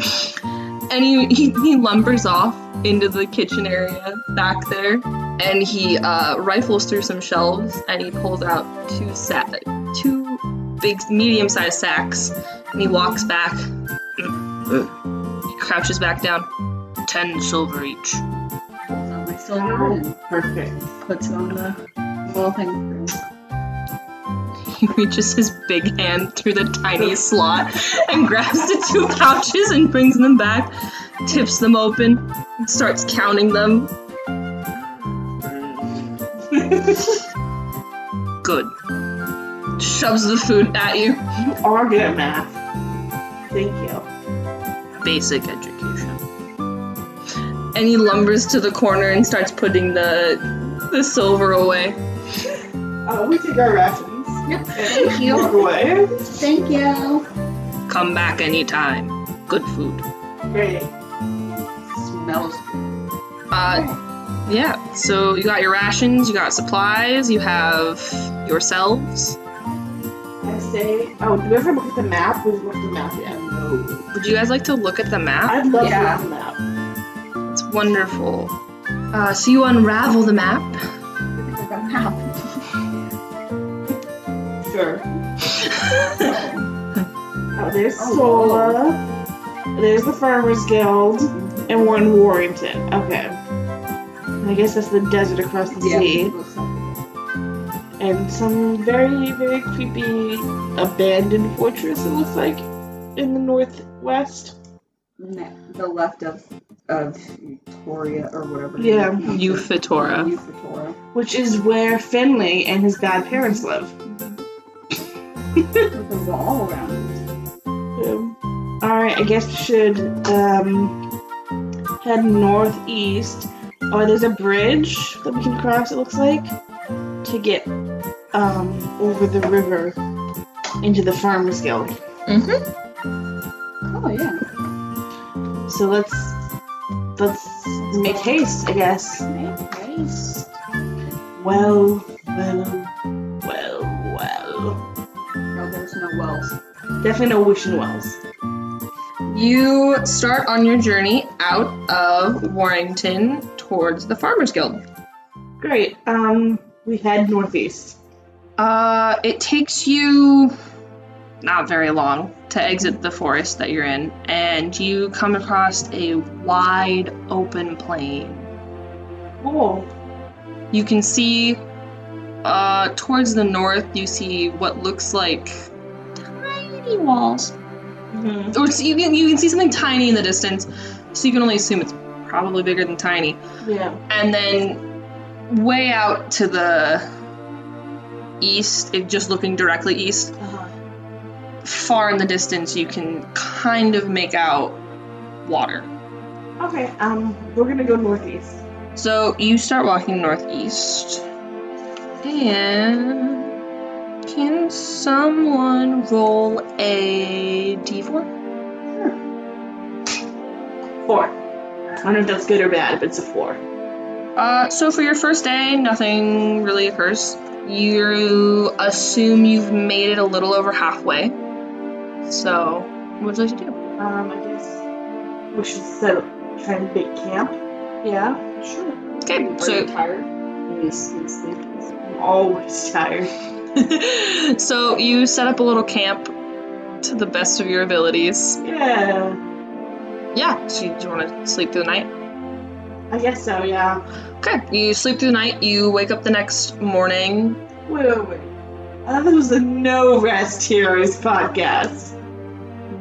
Speaker 1: and he, he, he lumbers off into the kitchen area back there and he uh, rifles through some shelves and he pulls out two sa- two big medium sized sacks and he walks back. mm, He crouches back down. Ten silver each.
Speaker 4: Pulls out my silver and
Speaker 2: Perfect.
Speaker 4: puts it on the little thing. for him.
Speaker 1: He reaches his big hand through the tiny slot and grabs the two pouches and brings them back, tips them open, and starts counting them. Good. Shoves the food at you.
Speaker 2: You are good at math. Thank you.
Speaker 1: Basic education. And he lumbers to the corner and starts putting the the silver away.
Speaker 2: Uh, we take our rations.
Speaker 4: Yep.
Speaker 2: Thank
Speaker 4: you.
Speaker 2: Away.
Speaker 4: Thank you.
Speaker 1: Come back anytime. Good food.
Speaker 2: Great.
Speaker 4: Smells.
Speaker 1: Uh, yeah. So you got your rations, you got supplies, you have yourselves.
Speaker 2: I say, oh, do we ever look at the map? We've looked at the map yet. No.
Speaker 1: Would you guys like to look at the map?
Speaker 2: I'd love
Speaker 4: Yeah.
Speaker 2: to look at the map.
Speaker 1: It's wonderful. Uh, so you unravel the map.
Speaker 2: Sure. Oh, there's Sola. There's the Farmers Guild. And we're in Warrington. Okay. And I guess that's the desert across the sea. and some very, very creepy abandoned fortress, it looks like, in the northwest.
Speaker 4: Ne- the left of of Victoria or whatever.
Speaker 2: Yeah.
Speaker 1: Euphatora.
Speaker 4: Euphatora.
Speaker 2: Which is where Finley and his bad parents live.
Speaker 4: With a wall around it.
Speaker 2: Um, Alright, I guess we should um, head northeast. Oh, there's a bridge that we can cross, it looks like, to get um, over the river into the Farmers Guild.
Speaker 1: Mm-hmm.
Speaker 4: Oh yeah.
Speaker 2: So let's let's make haste, I guess.
Speaker 4: Nice.
Speaker 2: Well, well, well, well.
Speaker 4: No, Oh, there's no wells.
Speaker 2: Definitely no wishing wells.
Speaker 1: You start on your journey out of Warrington towards the Farmers Guild.
Speaker 2: Great. Um, we head northeast.
Speaker 1: Uh, it takes you not very long to exit the forest that you're in, and you come across a wide open plain.
Speaker 2: Cool.
Speaker 1: you can see uh, towards the north you see what looks like tiny walls
Speaker 2: Mm-hmm.
Speaker 1: or so you can, you can see something tiny in the distance so you can only assume it's probably bigger than tiny
Speaker 2: Yeah.
Speaker 1: and then way out to the east if just looking directly east
Speaker 2: Uh-huh.
Speaker 1: far in the distance you can kind of make out water
Speaker 2: Okay. Um, we're gonna go northeast.
Speaker 1: So you start walking northeast. And can someone roll a d4?
Speaker 2: Four. I don't know if that's good or bad, but it's a four.
Speaker 1: Uh, so for your first day, nothing really occurs. You assume you've made it a little over halfway. So, what would you like to do?
Speaker 2: Um, I guess we should set up, try and big camp. Yeah.
Speaker 4: Sure.
Speaker 1: Okay,
Speaker 4: Are you
Speaker 1: so
Speaker 4: tired? Yes, yes, yes.
Speaker 2: I'm always tired.
Speaker 1: so you set up a little camp to the best of your abilities.
Speaker 2: Yeah.
Speaker 1: Yeah, so you, do you want to sleep through the night?
Speaker 2: I guess so, yeah.
Speaker 1: Okay, you sleep through the night, you wake up the next morning.
Speaker 2: Wait, wait, wait. I thought there was a no rest heroes podcast.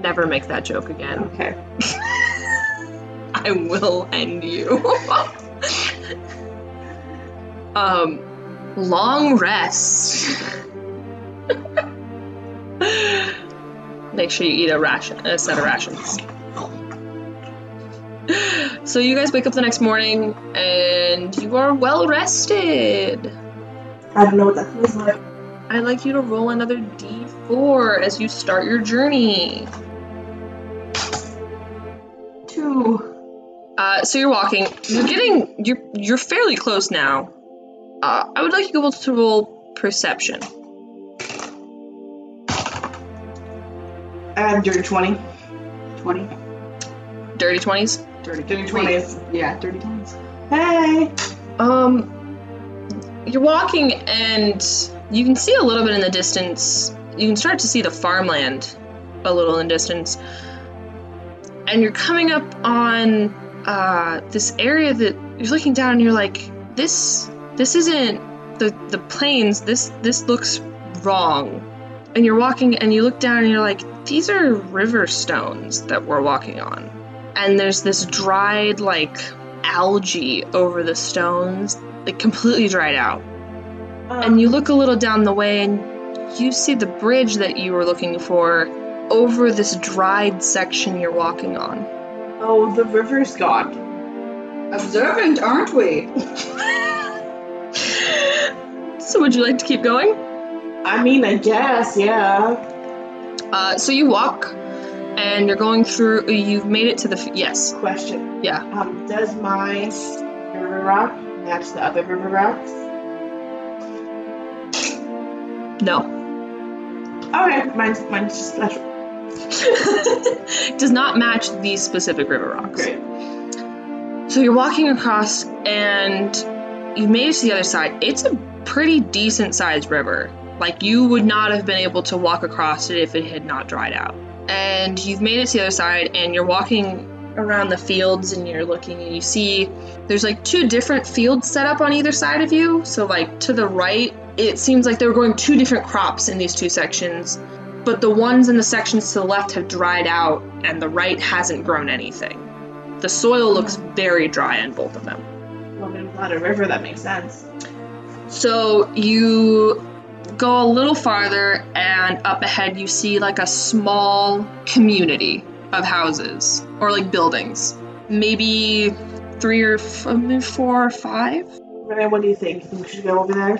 Speaker 1: Never make that joke again.
Speaker 2: Okay.
Speaker 1: I will end you. um, long rest. Make sure you eat a ration, a set of rations. So you guys wake up the next morning and you are well rested.
Speaker 4: I don't know what that feels like.
Speaker 1: I'd like you to roll another d4 as you start your journey.
Speaker 4: Two.
Speaker 1: Uh, so you're walking. You're getting. You're you're fairly close now. Uh, I would like you both to roll perception.
Speaker 2: And dirty 20.
Speaker 4: 20.
Speaker 1: Dirty twenties.
Speaker 4: Dirty,
Speaker 2: Dirty
Speaker 4: 20s.
Speaker 2: 20s.
Speaker 4: Yeah, dirty 20s.
Speaker 2: Hey!
Speaker 1: Um, you're walking and you can see a little bit in the distance. You can start to see the farmland a little in the distance, and you're coming up on uh, this area that you're looking down and you're like, this this isn't the the plains. This this looks wrong. And you're walking and you look down and you're like, these are river stones that we're walking on. And there's this dried like algae over the stones, like completely dried out. And
Speaker 2: Um,
Speaker 1: you look a little down the way and you see the bridge that you were looking for over this dried section you're walking on.
Speaker 2: Oh, the river's gone.
Speaker 4: Observant, aren't we?
Speaker 1: so, would you like to keep going?
Speaker 2: I mean, I guess, yeah.
Speaker 1: Uh, so, you walk and you're going through, you've made it to the, f- yes.
Speaker 2: Question.
Speaker 1: Yeah.
Speaker 2: Um, does my river rock match the other river rocks?
Speaker 1: No.
Speaker 2: Okay, mine's, mine's just special.
Speaker 1: Does not match these specific river rocks.
Speaker 2: Great.
Speaker 1: So you're walking across, and you made it to the other side. It's a pretty decent sized river. Like, you would not have been able to walk across it if it had not dried out. And you've made it to the other side, and you're walking around the fields, and you're looking, and you see there's like two different fields set up on either side of you. So, like, to the right, it seems like they were growing two different crops in these two sections, but the ones in the sections to the left have dried out, and the right hasn't grown anything. The soil looks very dry on both of them.
Speaker 2: Well, there's not a river, that makes sense.
Speaker 1: So you go a little farther, and up ahead, you see like a small community of houses or like buildings. Maybe three or f- uh, maybe four or five.
Speaker 2: Renee, what do you think? Think we should go over there?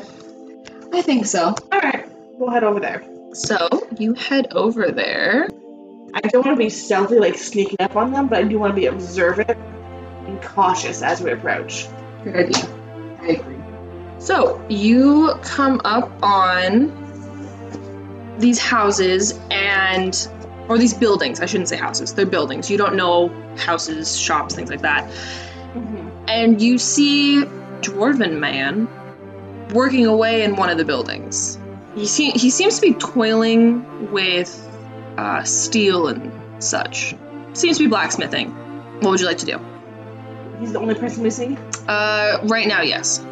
Speaker 3: I think so.
Speaker 2: Alright, we'll head over there.
Speaker 1: So you head over there.
Speaker 2: I don't want to be stealthy, like sneaking up on them, but I do want to be observant and cautious as we approach.
Speaker 3: Good idea. I agree.
Speaker 1: So you come up on these houses and or these buildings. I shouldn't say houses. They're buildings. You don't know houses, shops, things like that. Mm-hmm. and you see dwarven man working away in one of the buildings. He se- he seems to be toiling with uh, steel and such. Seems to be blacksmithing. What would you like to do?
Speaker 2: He's the only person we see.
Speaker 1: Uh, right now, yes.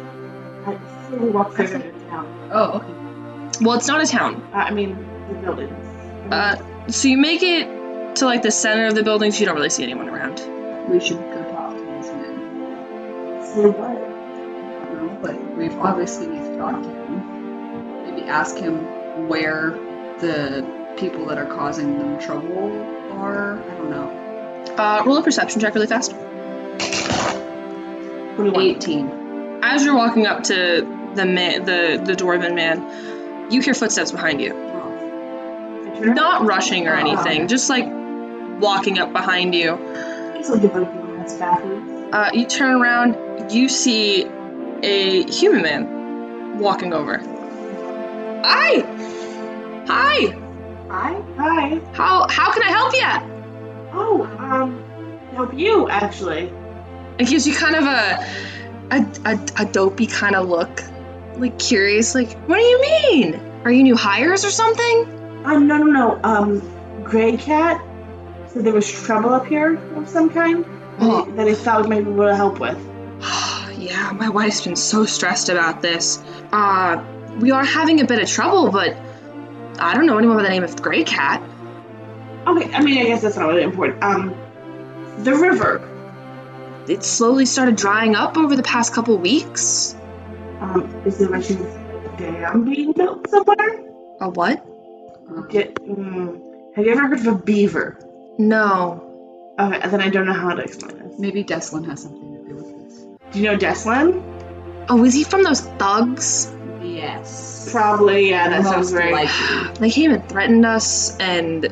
Speaker 2: I see we walk through the town.
Speaker 3: Oh, okay.
Speaker 1: Well, it's not a town,
Speaker 2: Uh, I mean, the buildings.
Speaker 1: Uh, so you make it to like the center of the building, so you don't really see anyone around.
Speaker 3: We should go talk to these men.
Speaker 2: See what?
Speaker 3: I don't know, but we obviously need to talk to him. Maybe ask him where the people that are causing them trouble are. I don't know.
Speaker 1: Uh, roll a perception check really fast.
Speaker 2: 21.
Speaker 3: 18.
Speaker 1: As you're walking up to the man, the the dwarven man, you hear footsteps behind you.
Speaker 3: Oh,
Speaker 1: not rushing or
Speaker 3: Oh,
Speaker 1: anything,
Speaker 3: okay.
Speaker 1: just like walking up behind you.
Speaker 2: He's looking for the last bathroom.
Speaker 1: Uh, you turn around, you see a human man walking over. Hi, hi.
Speaker 4: I?
Speaker 2: Hi.
Speaker 1: How how can I help you?
Speaker 2: Oh, um, help you, actually.
Speaker 1: It gives you kind of a a a, a dopey kind of look, like curious, like what do you mean? Are you new hires or something?
Speaker 2: Um, no, no, no. Um, Gray Cat said there was trouble up here of some kind
Speaker 1: Oh.
Speaker 2: that he thought we might be able to help with.
Speaker 1: yeah, my wife's been so stressed about this. Uh, we are having a bit of trouble, but I don't know anyone by the name of Grey Cat.
Speaker 2: Okay, I mean, I guess that's not really important. Um, the river.
Speaker 1: It slowly started drying up over the past couple weeks.
Speaker 2: Um, is there actually a dam being built somewhere?
Speaker 1: A what?
Speaker 3: Uh-huh.
Speaker 2: Get, mm, have you ever heard of a beaver?
Speaker 1: No.
Speaker 2: Okay, then I don't know how to explain this.
Speaker 3: Maybe Deslin has something to do with this.
Speaker 2: Do you know Deslin?
Speaker 1: Oh, is he from those thugs?
Speaker 3: Yes.
Speaker 2: Probably, yeah, that
Speaker 3: Most
Speaker 2: sounds right.
Speaker 3: likely.
Speaker 1: They came and threatened us, and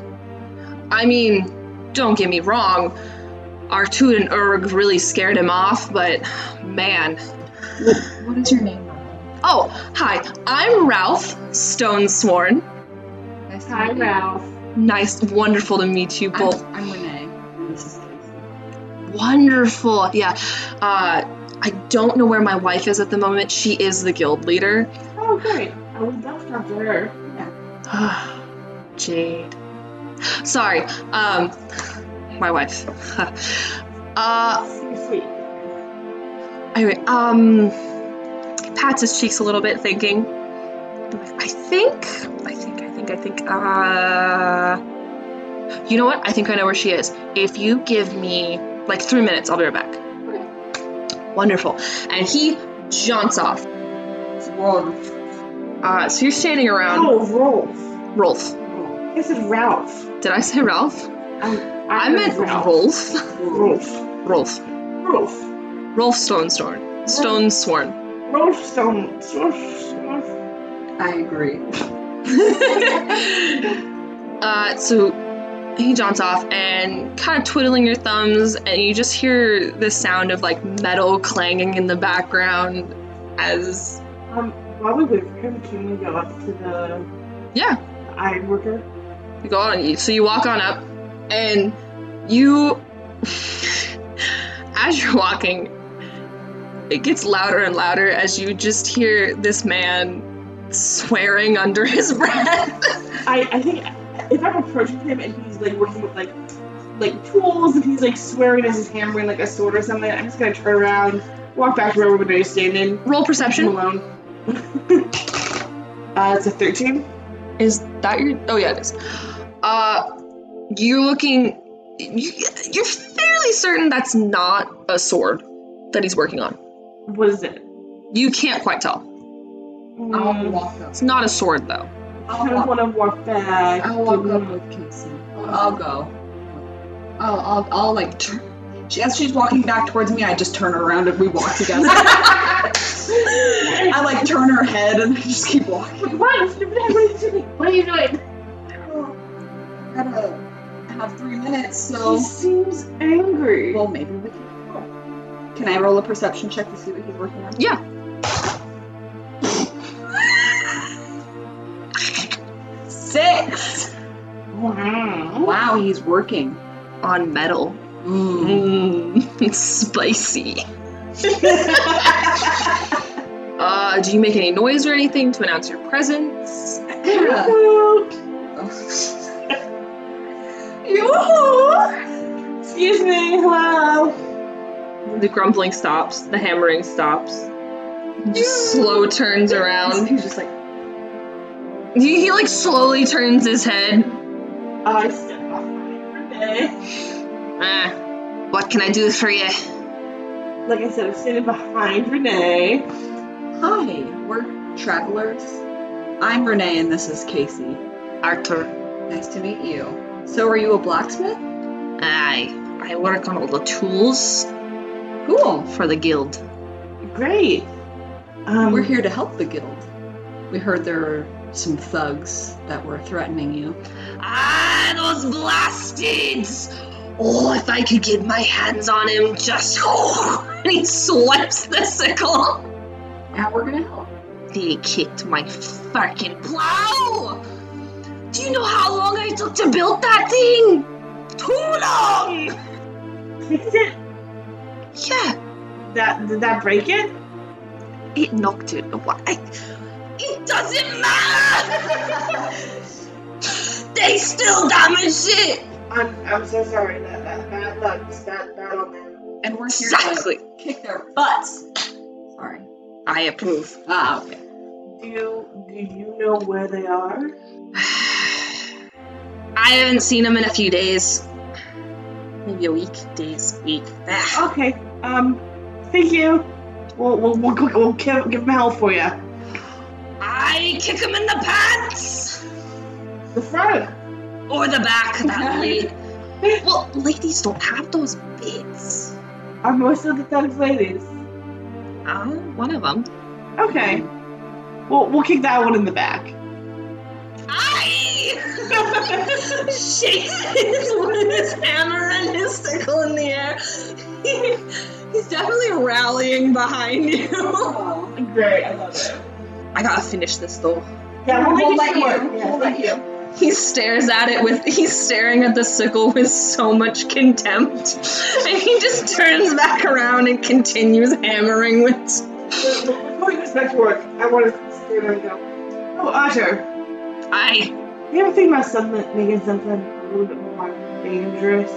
Speaker 1: I mean, don't get me wrong, our Toot and Urg really scared him off, but man,
Speaker 3: What is your name?
Speaker 1: Oh, hi. I'm Ralph Stone Sworn.
Speaker 3: Nice to
Speaker 2: Hi,
Speaker 3: meet you.
Speaker 2: Ralph.
Speaker 1: Nice, wonderful to meet you both.
Speaker 3: I'm, I'm Renee. And this is Casey.
Speaker 1: Wonderful. Yeah. Uh, I don't know where my wife is at the moment. She is the guild leader.
Speaker 2: Oh, great. I would love to talk to her.
Speaker 1: Jade. Sorry. Um, my wife. uh,
Speaker 2: She's sweet.
Speaker 1: anyway, um, pats his cheeks a little bit, thinking. I think, I think, I think, I think, uh, you know what? I think I know where she is. If you give me like three minutes, I'll be right back. Wonderful. And he jaunts off.
Speaker 4: It's Rolf.
Speaker 1: Uh, so you're standing around
Speaker 2: Oh, Rolf.
Speaker 1: Rolf.
Speaker 2: I said Ralph.
Speaker 1: Did I say Ralph? I,
Speaker 2: heard
Speaker 1: meant Rolf.
Speaker 2: Rolf.
Speaker 1: Rolf.
Speaker 2: Rolf.
Speaker 1: Rolf Stonesworn. Stone Sworn.
Speaker 2: Rolf Stone. Rolf.
Speaker 4: I agree.
Speaker 1: uh, so he jaunts off and kind of twiddling your thumbs, and you just hear the sound of like metal clanging in the background as
Speaker 2: Um, while we wait for him, can we go up to the
Speaker 1: Yeah.
Speaker 2: iron worker?
Speaker 1: you go on. So you walk on up, and you, as you're walking, it gets louder and louder as you just hear this man swearing under his breath.
Speaker 2: I, I think if I'm approaching him and he's like working with like like tools and he's like swearing as he's hammering like a sword or something, I'm just gonna turn around, walk back to where everybody's standing,
Speaker 1: Roll
Speaker 2: leave him
Speaker 1: perception.
Speaker 2: alone. uh, it's a 13.
Speaker 1: Is that your? Oh yeah, it is. Uh, you're looking. You, you're fairly certain that's not a sword that he's working on.
Speaker 2: What is it?
Speaker 1: You can't quite tell.
Speaker 3: I'll
Speaker 1: Um,
Speaker 2: Mm,
Speaker 3: walk up.
Speaker 1: It's not a sword though.
Speaker 2: I
Speaker 3: I'll
Speaker 2: kind of
Speaker 3: walk,
Speaker 2: want to walk back.
Speaker 3: I'll walk up with Casey. I'll go. I'll, I'll, I'll like turn. She, as she's walking back towards me, I just turn around and we walk together. I like turn her head and I just keep
Speaker 2: Wait,
Speaker 3: walking.
Speaker 2: what? What are you doing? What are you doing?
Speaker 3: Gotta have three minutes,
Speaker 2: He
Speaker 3: so
Speaker 2: seems angry.
Speaker 3: well maybe we can. Go. Can I roll a perception check to see what he's working on?
Speaker 1: Yeah.
Speaker 3: Six.
Speaker 2: Wow.
Speaker 3: Wow, he's working. Mm.
Speaker 1: On metal. Mmm, it's spicy. uh, do you make any noise or anything to announce your presence?
Speaker 3: Yeah.
Speaker 2: Excuse me. Hello.
Speaker 1: The grumbling stops, the hammering stops. Just slow turns around.
Speaker 3: He's just like,
Speaker 1: He, he like slowly turns his head.
Speaker 2: I step off my day.
Speaker 1: Eh, what can I do for you?
Speaker 2: Like I said, I'm standing behind Renee.
Speaker 3: Hi, we're travelers. I'm Renee and this is Casey.
Speaker 1: Arthur.
Speaker 3: Nice to meet you. So, are you a blacksmith?
Speaker 1: I I work on all the tools
Speaker 3: Cool.
Speaker 1: for the guild.
Speaker 2: Great. Um,
Speaker 3: We're here to help the guild. We heard there were some thugs that were threatening you.
Speaker 1: Ah, those blasteds! Oh, if I could get my hands on him, just and he swipes the sickle.
Speaker 3: And we're gonna help.
Speaker 1: They kicked my fucking plow. Do you know how long I took to build that thing? Too long.
Speaker 2: Fix it.
Speaker 1: Yeah,
Speaker 2: That did that break it?
Speaker 1: it knocked it. What? I, It doesn't matter! they still damage shit!
Speaker 5: I'm, I'm so sorry. That, that, that, that, that, that on them.
Speaker 3: And we're here
Speaker 1: Exactly.
Speaker 3: to kick their butts. Sorry.
Speaker 1: I approve.
Speaker 3: Ah, okay.
Speaker 5: Do you, do you know where they are?
Speaker 1: I haven't seen him in a few days. Maybe a week, days, week. Ah.
Speaker 2: Okay. Um, thank you. We'll we'll we'll, we'll, we'll give, give him hell for you.
Speaker 1: I kick him in the pants!
Speaker 2: The front.
Speaker 1: Or the back, that lady. well, ladies don't have those bits.
Speaker 2: Are most of the thugs ladies?
Speaker 1: I'm one of them.
Speaker 2: Okay. We'll we'll kick that one in the back.
Speaker 1: I shakes his, with his hammer and his sickle in the air. he's definitely rallying behind you.
Speaker 6: Oh,
Speaker 2: Great.
Speaker 6: I love it.
Speaker 1: I gotta finish this though.
Speaker 2: Yeah, we'll,
Speaker 6: We'll let
Speaker 2: make it work.
Speaker 6: you. We'll let you.
Speaker 1: He stares at it with he's staring at the sickle with so much contempt. And he just turns back around and continues hammering with
Speaker 5: Before you expect work, I want to stay there and go.
Speaker 2: Oh, Otter.
Speaker 1: I
Speaker 2: Have you ever think about something making something a little bit more dangerous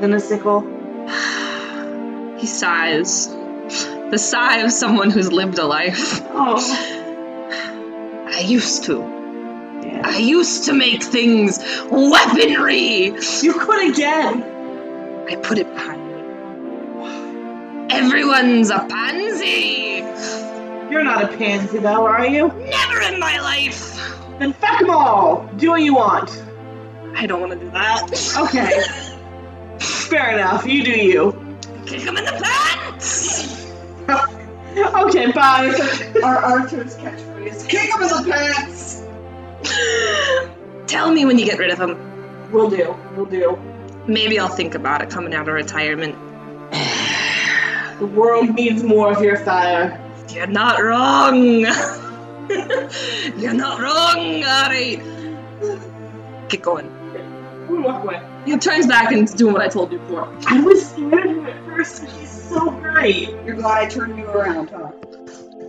Speaker 2: than a sickle?
Speaker 1: he sighs. The sigh of someone who's lived a life.
Speaker 2: Oh.
Speaker 1: I used to.
Speaker 2: Yeah.
Speaker 1: I used to make things weaponry.
Speaker 2: You could again.
Speaker 1: I put it behind me. Everyone's a pansy!
Speaker 2: You're not a pansy though, are you?
Speaker 1: Never in my life!
Speaker 2: Then fuck them all. Do what you want.
Speaker 1: I don't want to do that.
Speaker 2: Okay. Fair enough. You do you.
Speaker 1: Kick him in the pants!
Speaker 2: Okay. Bye.
Speaker 6: Our Archer's catchphrase. Kick him in the pants!
Speaker 1: Tell me when you get rid of him.
Speaker 2: We'll do. We'll do.
Speaker 1: Maybe I'll think about it coming out of retirement.
Speaker 2: The world needs more of your fire.
Speaker 1: You're not wrong! You're not wrong, alright. Get going.
Speaker 2: We walk away.
Speaker 1: He turns back and is doing what I told you before.
Speaker 2: I was scared of him at first. but He's so great.
Speaker 6: You're glad I turned you around, huh?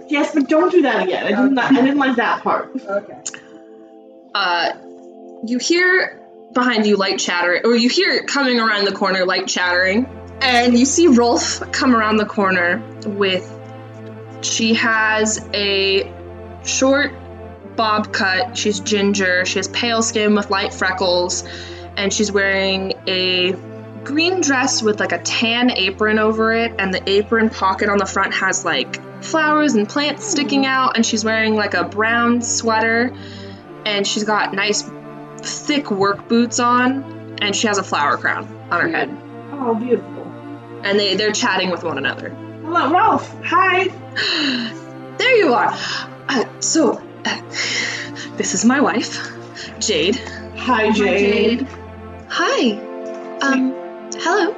Speaker 2: Yes, but don't do that again. I didn't. I didn't like that part.
Speaker 6: Okay.
Speaker 1: uh, you hear behind you light chatter, or you hear it coming around the corner, light chattering, and you see Rolf come around the corner with. She has a short bob cut. She's ginger. She has pale skin with light freckles, and she's wearing a green dress with like a tan apron over it, and the apron pocket on the front has like flowers and plants sticking out, and she's wearing like a brown sweater and she's got nice thick work boots on and she has a flower crown on her head
Speaker 2: Oh, beautiful.
Speaker 1: and they, they're chatting with one another
Speaker 2: Hello, Ralph. Hi.
Speaker 1: there you are uh, so uh, this is my wife jade
Speaker 2: Hi, Jade.
Speaker 1: hi um hello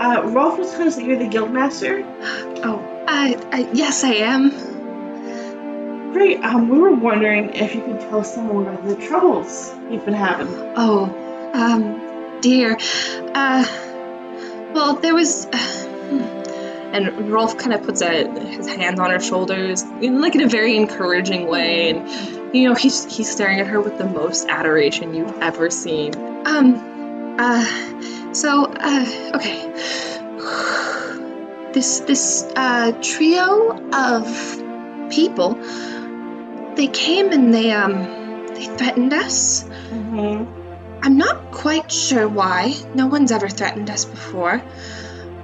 Speaker 2: Uh, Rolf was telling us that you're the guild master.
Speaker 1: oh i, I yes i am
Speaker 2: Great. Um, we were wondering if you could tell someone about the troubles you've been having.
Speaker 1: oh um dear uh well there was uh, hmm. and Rolf kind of puts a, his hand on her shoulders, in, like in a very encouraging way, and you know he's he's staring at her with the most adoration you've ever seen. Um, uh, so uh, okay, this this uh, trio of people, they came and they um they threatened us.
Speaker 2: Mm-hmm.
Speaker 1: I'm not quite sure why. No one's ever threatened us before.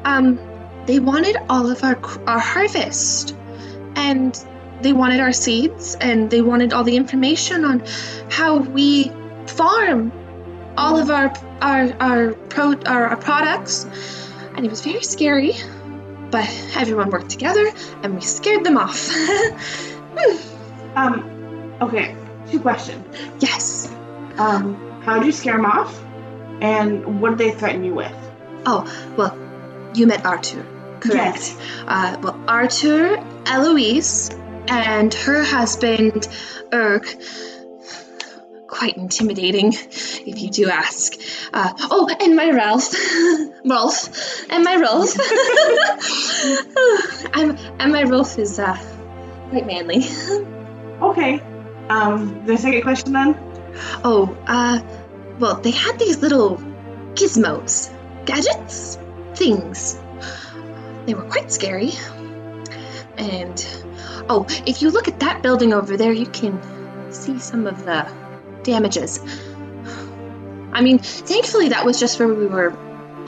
Speaker 1: Um, they wanted all of our cr- our harvest, and they wanted our seeds, and they wanted all the information on how we farm all of our our our pro our, our products. And it was very scary, but everyone worked together, and we scared them off.
Speaker 2: Um, okay. Two questions.
Speaker 1: yes.
Speaker 2: Um, how did you scare them off? And what did they threaten you with?
Speaker 1: Well, you met Arthur, correct? Uh, well, Arthur, Eloise, and her husband, Erg. Quite intimidating, if you do ask. Uh, oh, and my Ralph, Rolf, and my Rolf. I'm, and my Rolf is uh, quite manly.
Speaker 2: Okay. Um, the second question then?
Speaker 1: Oh, uh, well, they had these little gizmos, gadgets, things. They were quite scary. And, oh, if you look at that building over there, you can see some of the damages. I mean, thankfully, that was just where we were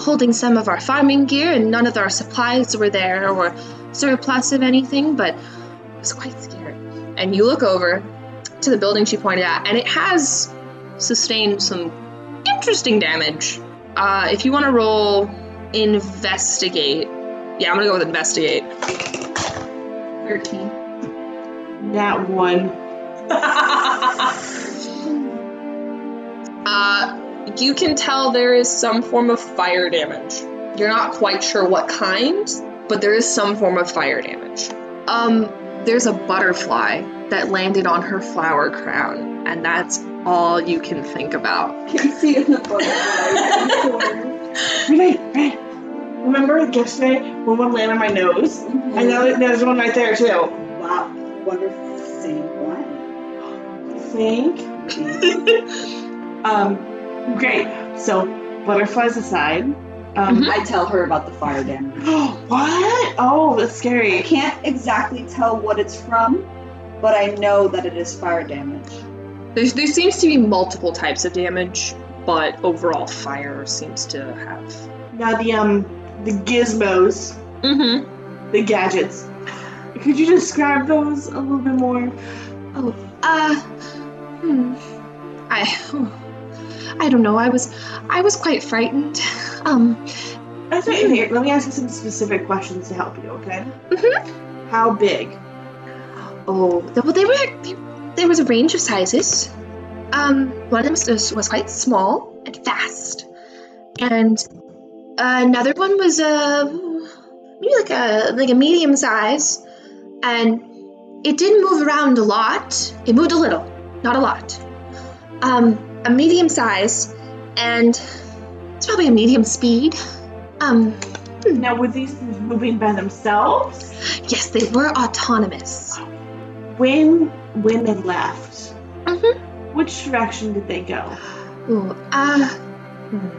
Speaker 1: holding some of our farming gear, and none of our supplies were there or surplus of anything, but it was quite scary. And you look over to the building she pointed at, and it has sustained some interesting damage. Uh, if you want to roll investigate, yeah, I'm gonna go with investigate.
Speaker 7: 13.
Speaker 2: That one.
Speaker 1: Uh, you can tell there is some form of fire damage. You're not quite sure what kind, but there is some form of fire damage. Um, there's a butterfly that landed on her flower crown, and that's all you can think about.
Speaker 3: Can see in the butterfly.
Speaker 2: Renee, Renee, Remember yesterday when one landed on my nose?
Speaker 3: Mm-hmm.
Speaker 2: And now there- there's one right there too.
Speaker 3: wow, wonderful. Same one.
Speaker 2: Think. Um, great. So butterflies aside. Um,
Speaker 3: I tell her about the fire damage.
Speaker 2: what? Oh, that's
Speaker 3: I
Speaker 2: scary.
Speaker 3: can't exactly tell what it's from, but I know that it is fire damage.
Speaker 1: There's, there seems to be multiple types of damage, but overall, fire seems to have.
Speaker 2: Now the um the gizmos,
Speaker 1: Mm-hmm.
Speaker 2: the gadgets. Could you describe those a little bit more?
Speaker 1: Uh, hmm. I, I don't know. I was, I was quite frightened. Um,
Speaker 2: That's right. Here, let me ask you some specific questions to help you. Okay.
Speaker 1: Mm-hmm.
Speaker 2: How big?
Speaker 1: oh, th- well, they were. They, there was a range of sizes. Um, one of them was, was quite small and fast, and another one was uh, maybe like a like a medium size, and it didn't move around a lot. It moved a little, not a lot. Um, a medium size, and it's probably a medium speed. Um,
Speaker 2: Now were these things moving by themselves?
Speaker 1: yes, they were autonomous.
Speaker 2: When when they left,
Speaker 1: Mhm.
Speaker 2: which direction did they go?
Speaker 1: Ooh, uh, hmm.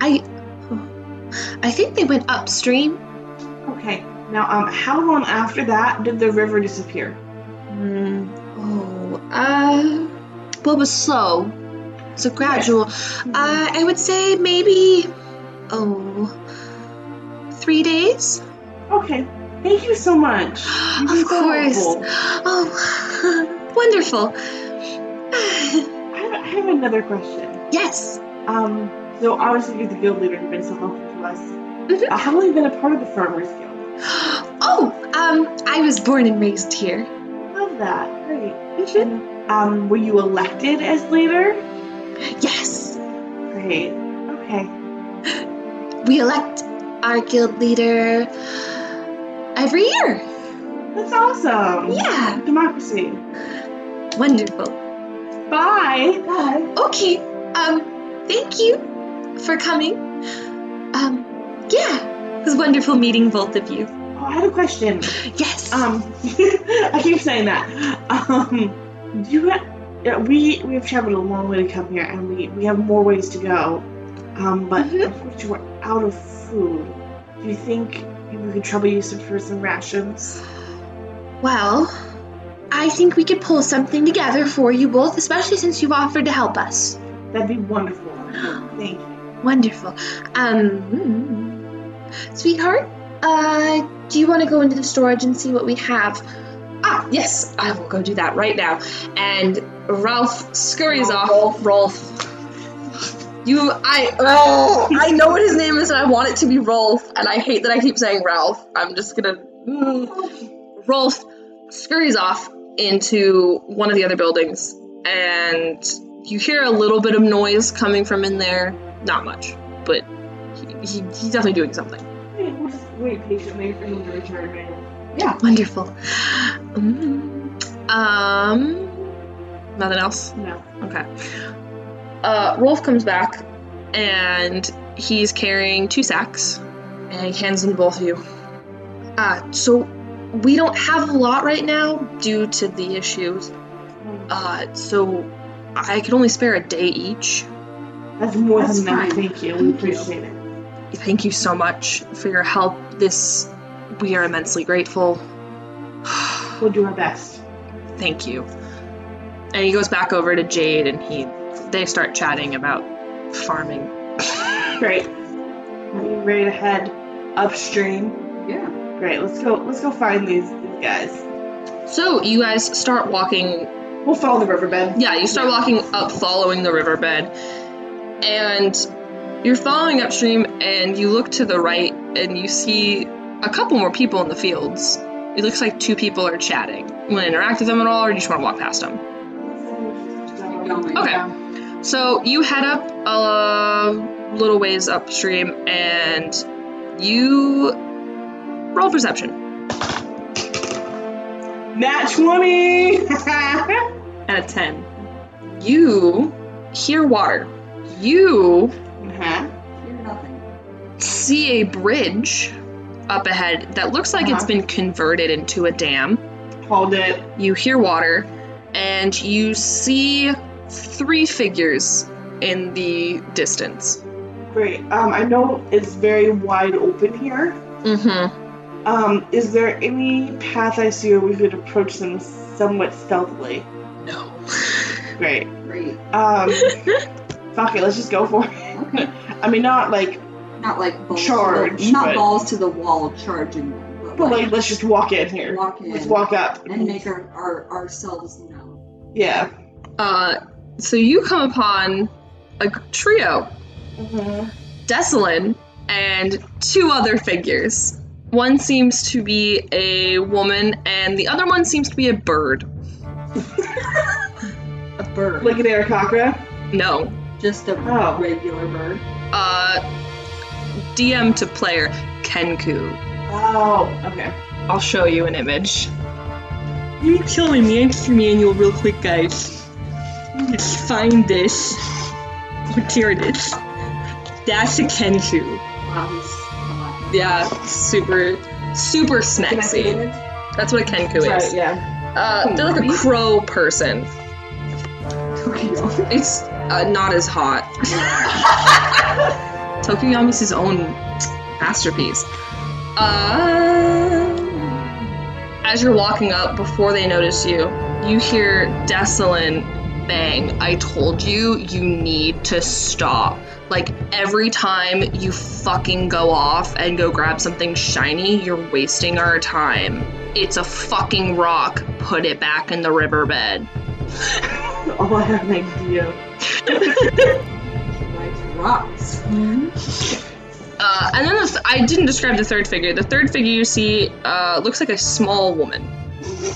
Speaker 1: I, oh, I think they went upstream.
Speaker 2: Okay. Now, um, how long after that did the river disappear?
Speaker 1: Hmm. Oh, uh, well, it was slow. So gradual.
Speaker 2: Hmm.
Speaker 1: Uh, I would say maybe, oh, three days.
Speaker 2: Okay. Thank you so much. You've been
Speaker 1: of
Speaker 2: so
Speaker 1: course.
Speaker 2: helpful.
Speaker 1: Oh, wonderful.
Speaker 2: I have, I have another question.
Speaker 1: yes.
Speaker 2: Um, so obviously you're the guild leader. You've been so helpful to us.
Speaker 1: Mhm.
Speaker 2: Uh, how long have you been a part of the Farmers Guild?
Speaker 1: Oh, um, I was born and raised here.
Speaker 2: Love that. Great. And, um, were you elected as leader?
Speaker 1: Yes.
Speaker 2: Great. Okay.
Speaker 1: We elect our guild leader every year.
Speaker 2: That's awesome.
Speaker 1: Yeah,
Speaker 2: Democracy.
Speaker 1: wonderful.
Speaker 2: Bye.
Speaker 3: Bye.
Speaker 1: Okay, um, thank you for coming. Um, yeah, it was wonderful meeting both of you.
Speaker 2: Oh, I had a question.
Speaker 1: Yes.
Speaker 2: Um, I keep saying that. Um, do you ha- yeah, we we have traveled a long way to come here, and we we have more ways to go. Um, but
Speaker 1: Mhm.
Speaker 2: unfortunately, we're out of food. Do you think maybe we could trouble you some for some rations?
Speaker 1: Well, I think we could pull something together for you both, especially since you've offered to help us.
Speaker 2: That'd be wonderful. Thank you.
Speaker 1: Wonderful. Um, sweetheart, uh, do you want to go into the storage and see what we have? Ah, yes, I will go do that right now. And Ralph scurries off. Rolf. You, I, oh, I know what his name is, and I want it to be Rolf, and I hate that I keep saying Ralph. I'm just gonna. mm. Rolf scurries off into one of the other buildings, and you hear a little bit of noise coming from in there. Not much, but he, he, he's definitely doing something.
Speaker 2: Wait, We'll just wait patiently for him to return. Right?
Speaker 1: Wonderful. Mm. Um, nothing else.
Speaker 2: No.
Speaker 1: Okay. Uh, Rolf comes back, and he's carrying two sacks, and he hands them to both of you. Uh, so we don't have a lot right now due to the issues,
Speaker 2: Mm.
Speaker 8: Uh, so I could only spare a day each.
Speaker 2: That's more
Speaker 4: That's
Speaker 2: than enough.
Speaker 4: fine.
Speaker 2: Thank you. We
Speaker 4: Thank you.
Speaker 2: appreciate it.
Speaker 8: Thank you so much for your help. This, we are immensely grateful.
Speaker 2: We'll do our best.
Speaker 8: Thank you. And he goes back over to Jade and he, they start chatting about farming.
Speaker 2: Great. Are you ready to head upstream?
Speaker 3: Yeah.
Speaker 2: Great. Let's go. Let's go find these, these guys.
Speaker 8: So you guys start walking
Speaker 2: We'll follow the riverbed.
Speaker 8: Yeah, you start walking up, following the riverbed, and you're following upstream, and you look to the right, and you see a couple more people in the fields. It looks like two people are chatting. You want to interact with them at all, or you just want to walk past them?
Speaker 3: Keep going.
Speaker 8: Okay. So you head up a little ways upstream, and you roll perception
Speaker 2: Nat twenty. Uh-huh.
Speaker 8: at a ten. You hear water. You
Speaker 2: uh-huh.
Speaker 3: Hear nothing.
Speaker 8: see a bridge up ahead that looks like it's
Speaker 2: Uh-huh.
Speaker 8: been converted into a dam.
Speaker 2: Hold it.
Speaker 8: You hear water, and you see three figures in the distance.
Speaker 2: Great. Um, I know it's very wide open here.
Speaker 8: Mm-hmm.
Speaker 2: Um, is there any path I see where we could approach them somewhat stealthily?
Speaker 8: No.
Speaker 2: Great.
Speaker 3: Great.
Speaker 2: Um, fuck it, let's just go for it.
Speaker 3: Okay.
Speaker 2: I mean, not like,
Speaker 3: Not like balls.
Speaker 2: Charge,
Speaker 3: To the, not
Speaker 2: but-
Speaker 3: balls to the wall charging them, but,
Speaker 2: but
Speaker 3: like,
Speaker 2: like, let's just walk in here.
Speaker 3: walk in
Speaker 2: Let's walk up.
Speaker 3: and make our, our ourselves known.
Speaker 2: Yeah.
Speaker 8: Uh, so you come upon a trio,
Speaker 3: Uh-huh.
Speaker 8: Desolin, and two other figures. One seems to be a woman, and the other one seems to be a bird.
Speaker 3: A bird.
Speaker 2: Like an Aarakocra.
Speaker 8: No,
Speaker 3: just a
Speaker 2: Oh.
Speaker 3: regular bird.
Speaker 8: uh, DM to player Kenku.
Speaker 2: Oh, okay.
Speaker 8: I'll show you an image. You kill me, man. Kill manual real quick, guys. Let's find this. Look, here it is. That's a Kenku.
Speaker 3: Wow, he's alive.
Speaker 8: Yeah, super, super
Speaker 3: Can I see
Speaker 8: smexy.
Speaker 3: it?
Speaker 8: That's what a Kenku
Speaker 2: Right,
Speaker 8: is.
Speaker 2: yeah.
Speaker 8: Uh, they're like a crow person.
Speaker 3: Tokyo.
Speaker 8: It's uh, not as hot. Tokyo Yami's his own masterpiece. Uh, as you're walking up, before they notice you, you hear Desolin bang. I told you, you need to stop. Like every time you fucking go off and go grab something shiny, you're wasting our time. It's a fucking rock. Put it back in the riverbed.
Speaker 2: Oh, I have an idea.
Speaker 3: Likes rocks.
Speaker 8: Uh, and then the th- I didn't describe the third figure. The third figure you see uh, looks like a small woman,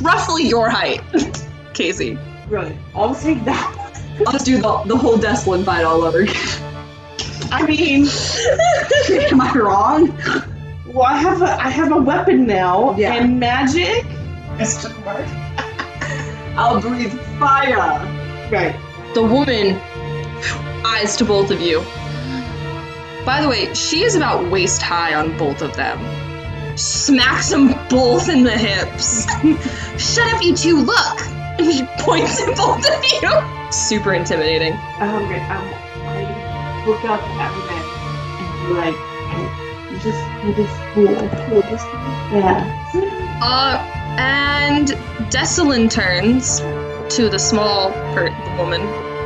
Speaker 8: roughly your height, Casey.
Speaker 2: Really? I'll take that.
Speaker 4: I'll just do the, the whole Desolin fight all over again.
Speaker 2: I mean,
Speaker 4: Am I wrong?
Speaker 2: well, I have a, I have a weapon now,
Speaker 4: Yeah.
Speaker 2: and magic.
Speaker 9: It's just work.
Speaker 4: I'll breathe fire.
Speaker 2: Right.
Speaker 8: The woman, eyes to both of you. By the way, she is about waist high on both of them. Smacks them both in the hips. Shut up, you two! Look, and she points at both of you. Super intimidating.
Speaker 2: Um, great. Um, I look up at the man and be like, hey, you just pull this fool. Pull this fool. Yeah.
Speaker 8: Uh, and Desolin turns to the small per- woman,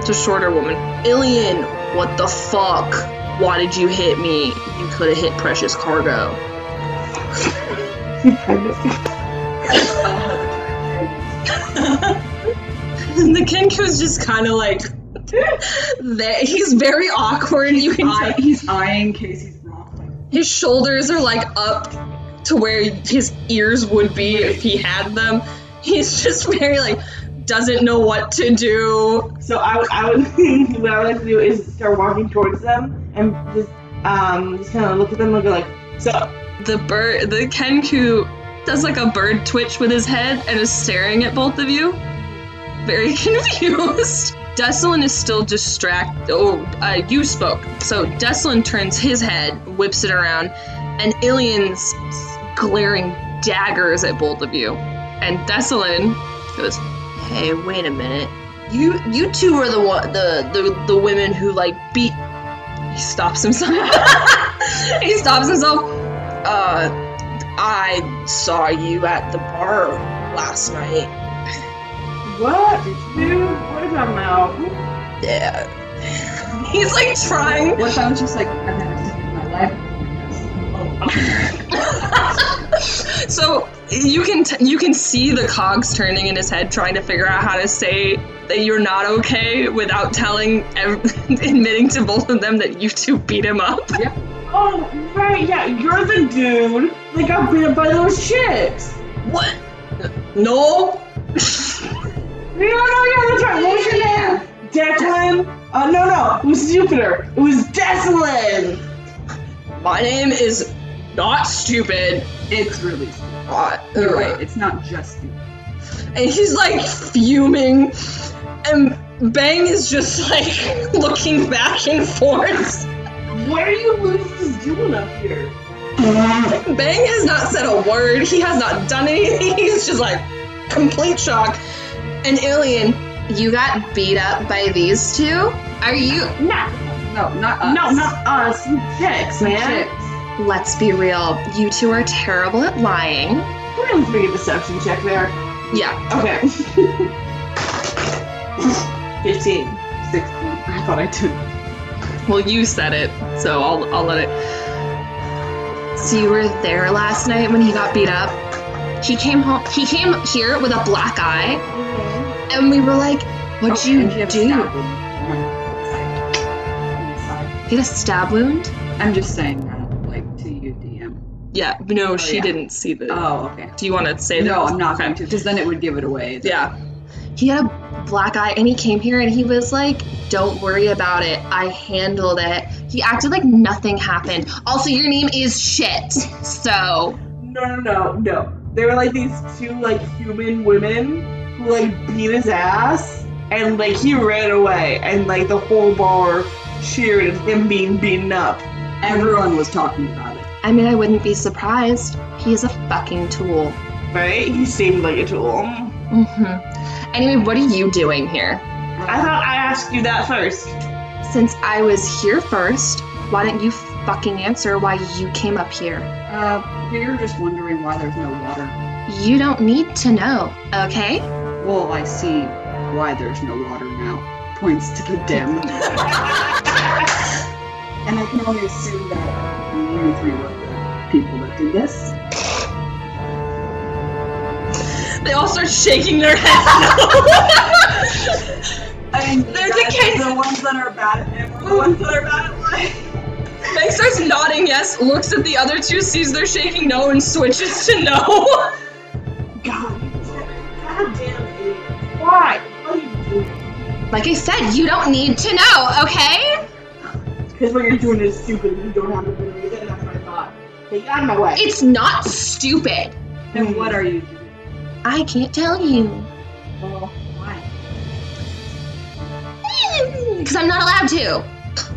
Speaker 8: to shorter woman. Ilian, what the fuck? Why did you hit me? You could have hit precious cargo.
Speaker 2: She's pregnant.
Speaker 8: the Kenku's just kind of like, there. he's very awkward. You can
Speaker 4: I,
Speaker 8: tell.
Speaker 4: he's eyeing Casey's rock. Like,
Speaker 8: his shoulders are like up to where his ears would be if he had them. He's just very like doesn't know what to do.
Speaker 2: So I, I would, what I would like to do is start walking towards them and just, um, just kind of look at them and go like, so,
Speaker 8: the bird the kenku does like a bird twitch with his head and is staring at both of you very confused desolin is still distracted oh uh, you spoke so desolin turns his head whips it around and ilian's glaring daggers at both of you and desolin goes
Speaker 10: Hey, wait a minute. You you two are the one the, the the women who like beat.
Speaker 8: He stops himself. he stops himself. Uh, I saw you at the bar last night.
Speaker 2: What? Dude, what about now?
Speaker 8: Yeah. He's like trying.
Speaker 3: What if I was just like, I've never seen it in my life.
Speaker 8: so you can t- you can see the cogs turning in his head, trying to figure out how to say that you're not okay without telling, ev- admitting to both of them that you two beat him up.
Speaker 2: Oh, right, yeah, you're the dude that got beat up by those chicks.
Speaker 8: What? No.
Speaker 2: No, no, yeah, that's right. What was your name? Declan? Uh, no, no, it was Jupiter. It was Declan.
Speaker 8: My name is not stupid.
Speaker 3: It's really stupid.
Speaker 8: Uh,
Speaker 3: You're right. It's not just stupid.
Speaker 8: And he's like fuming, and Bang is just like looking back and forth.
Speaker 2: Where do you losers doing up here?
Speaker 8: Bang has not said a word. He has not done anything. He's just like complete shock. An alien.
Speaker 1: You got beat up by these two? Are you.
Speaker 2: Nah,
Speaker 3: No, not us.
Speaker 2: Uh, no, not us. You chicks, man.
Speaker 3: Chicks.
Speaker 1: Let's be real. You two are terrible at lying.
Speaker 2: We're gonna make a deception check there.
Speaker 8: Yeah.
Speaker 2: Okay. 15. 16. I thought I did.
Speaker 8: Well, you said it, so I'll, I'll let it.
Speaker 1: So you were there last night when he got beat up. He came home. He came here with a black eye, and we were like, "What'd
Speaker 3: Oh,
Speaker 1: you
Speaker 3: and she had a
Speaker 1: do?
Speaker 3: stab wound on her side. On the side.
Speaker 1: He had a stab wound."
Speaker 3: I'm just saying that, like, to you, DM.
Speaker 8: Yeah.
Speaker 1: Oh,
Speaker 8: No, she
Speaker 3: yeah.
Speaker 8: didn't see the.
Speaker 3: Oh, okay.
Speaker 8: Do you want to say that?
Speaker 3: No, I'm not
Speaker 8: Okay.
Speaker 3: going to, because then it would give it away.
Speaker 8: Yeah.
Speaker 1: He had a black eye, and he came here and he was like, "Don't worry about it. I handled it." He acted like nothing happened. Also, your name is shit. So
Speaker 2: No, no, no, no. They were like these two like human women who like beat his ass, and like he ran away, and like the whole bar cheered at him being beaten up.
Speaker 3: Everyone was talking about it.
Speaker 1: I mean, I wouldn't be surprised. He is a fucking tool.
Speaker 2: Right? He seemed like a tool. I
Speaker 1: Mm-hmm. Anyway, what are you doing here?
Speaker 2: thought I asked you that first.
Speaker 1: Since I was here first, why don't you fucking answer why you came up here?
Speaker 3: Uh, we were just wondering why there's no water.
Speaker 1: You don't need to know, okay?
Speaker 3: Well, I see why there's no water now. Points to the dim. and I can only assume that you three were the people that did this.
Speaker 8: They all start shaking their heads.
Speaker 3: I mean,
Speaker 8: There's a case.
Speaker 3: The ones that are bad at him are the ones that are bad at life.
Speaker 8: Meg starts nodding yes, looks at the other two, sees they're shaking no, and switches to no.
Speaker 2: God, goddamn idiot. Why? What are you doing?
Speaker 1: Like I said, you don't need to know, Oh, okay?
Speaker 2: Because what you're doing is stupid. and You don't have to believe it. and That's what I thought. Get out of my way.
Speaker 1: It's not stupid.
Speaker 3: Then what are you doing?
Speaker 1: I can't tell you.
Speaker 3: Well, why?
Speaker 1: Because I'm not allowed to.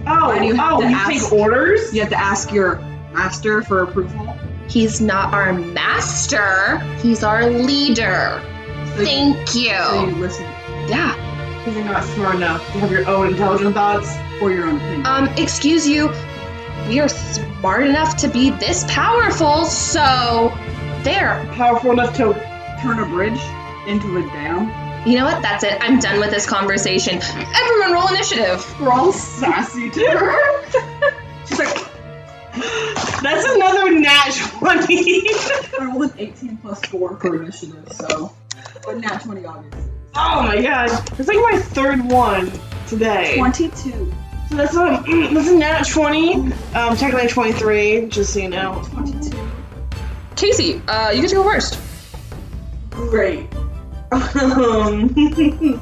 Speaker 2: Oh,
Speaker 3: Why do you have
Speaker 2: oh,
Speaker 3: to
Speaker 2: you
Speaker 3: ask?
Speaker 2: take orders?
Speaker 3: You have to ask your master for approval.
Speaker 1: He's not our master, he's our leader.
Speaker 3: So you,
Speaker 1: Thank
Speaker 3: so
Speaker 1: you.
Speaker 3: you listen
Speaker 1: Yeah.
Speaker 2: Because you're not smart enough to have your own intelligent thoughts.
Speaker 3: for your own opinion.
Speaker 1: Um, excuse you, we are smart enough to be this powerful, so there.
Speaker 2: Powerful enough to
Speaker 3: Turn a bridge into a dam.
Speaker 1: You know what? That's it. I'm done with this conversation. Everyone roll initiative.
Speaker 2: We're all sassy to her. She's like, that's another nat 20.
Speaker 3: I rolled an 18 plus 4 for initiative, so. But now 20 obviously.
Speaker 2: oh my god. It's like my third one today.
Speaker 3: 22.
Speaker 2: So that's, um, mm, that's a nat 20. Um, technically 23, just so you know.
Speaker 3: 22.
Speaker 8: Casey, uh, you get to go first.
Speaker 2: Great. Um,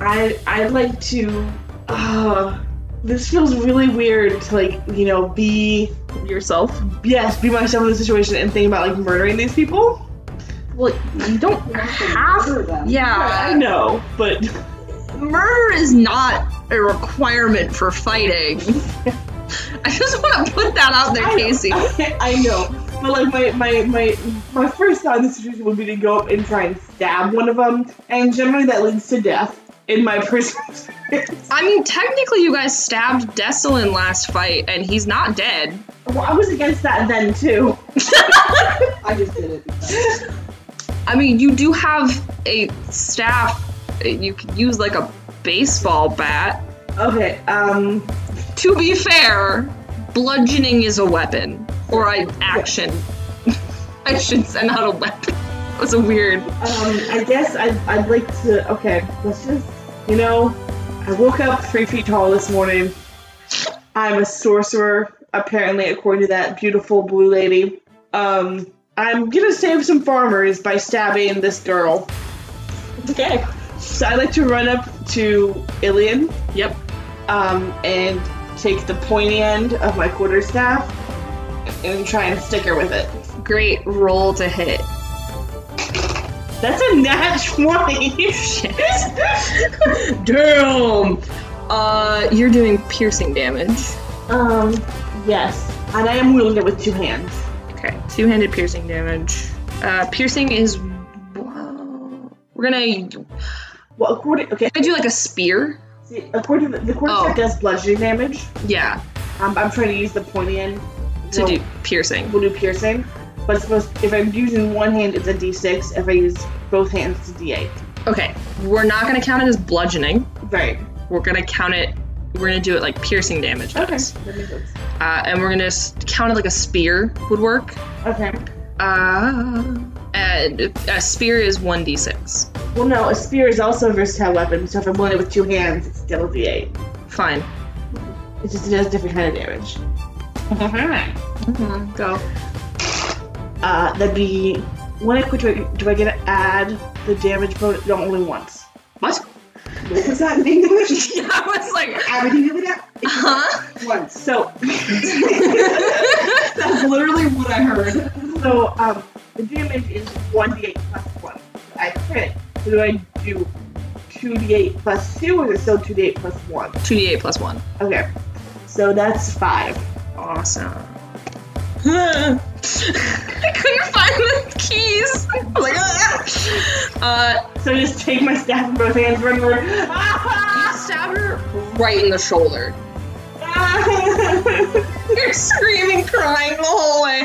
Speaker 2: I I'd like to. Uh, this feels really weird to like you know be
Speaker 8: Yourself.
Speaker 2: yes be myself in this situation and think about like murdering these people.
Speaker 8: You don't have.
Speaker 2: I
Speaker 8: Yeah.
Speaker 2: know, but
Speaker 8: Murder is not a requirement for fighting. I just want to put that out there, Casey.
Speaker 2: I know. But like my my my my first thought in this situation would be to go up and try and stab one of them, and generally that leads to death in my personal experience.
Speaker 8: I mean, technically, you guys stabbed Desolin last fight, and he's not dead.
Speaker 2: Well, I was against that then too.
Speaker 4: I just did it. Because...
Speaker 8: I mean, you do have a staff. uh, You could use like a baseball bat.
Speaker 2: Okay, um,
Speaker 8: To be fair, bludgeoning is a weapon or an action. I should say not a weapon. That was a weird.
Speaker 2: um, I guess I'd I'd like to. Okay, let's just you know, I woke up three feet tall this morning. I'm a sorcerer, apparently, according to that beautiful blue lady. Um, I'm gonna save some farmers by stabbing this girl.
Speaker 4: Okay.
Speaker 2: So I like to run up to Ilian.
Speaker 8: Yep.
Speaker 2: Um, and take the pointy end of my quarterstaff and try and stick her with it.
Speaker 8: Great roll to hit.
Speaker 2: That's a nat 20.
Speaker 8: Damn! Uh, you're doing piercing damage.
Speaker 2: um, yes. And I am wielding it with two hands.
Speaker 8: Okay, two handed piercing damage. Uh, piercing is. We're gonna.
Speaker 2: Well, according okay,
Speaker 8: I do like a spear.
Speaker 2: see, according to the, the quarterstaff
Speaker 8: Oh.
Speaker 2: does bludgeoning damage.
Speaker 8: Yeah,
Speaker 2: Um, I'm trying to use the pointy end.
Speaker 8: to
Speaker 2: No,
Speaker 8: do piercing.
Speaker 2: we'll do piercing. But it's supposed if I'm using one hand, it's a D6. If I use both hands, it's a D8.
Speaker 8: Okay, we're not gonna count it as bludgeoning.
Speaker 2: Right.
Speaker 8: We're gonna count it. We're gonna do it like piercing damage.
Speaker 2: Okay.
Speaker 8: does.
Speaker 2: That makes sense.
Speaker 8: Uh, and we're gonna s- count it like a spear would work.
Speaker 2: Okay.
Speaker 8: Uh, and a spear is 1d6.
Speaker 2: Well, no, a spear is also a versatile weapon, so if I'm wielding it with two hands, it's still a D8.
Speaker 8: Fine.
Speaker 2: It just does different kind of damage.
Speaker 8: Mm-hmm, Go.
Speaker 2: Uh, that'd be when I quit. Do I, do I get to add the damage bonus? No, only once.
Speaker 8: What?
Speaker 4: What was that in English?
Speaker 8: I was like, uh-huh.
Speaker 4: Everything over that
Speaker 8: huh?
Speaker 4: once.
Speaker 2: So,
Speaker 4: That's literally what I heard.
Speaker 2: so um, the damage is one d8 plus one. I crit. So do I do two d8 plus two, or is it still two d8 plus one?
Speaker 8: 2d8 plus 1.
Speaker 2: Okay. So that's five.
Speaker 8: Awesome. I couldn't find the keys. I was like, ah.
Speaker 2: So I just take my staff in both hands, run, run.
Speaker 8: uh, you stab her right in the shoulder. You're screaming, crying the whole way.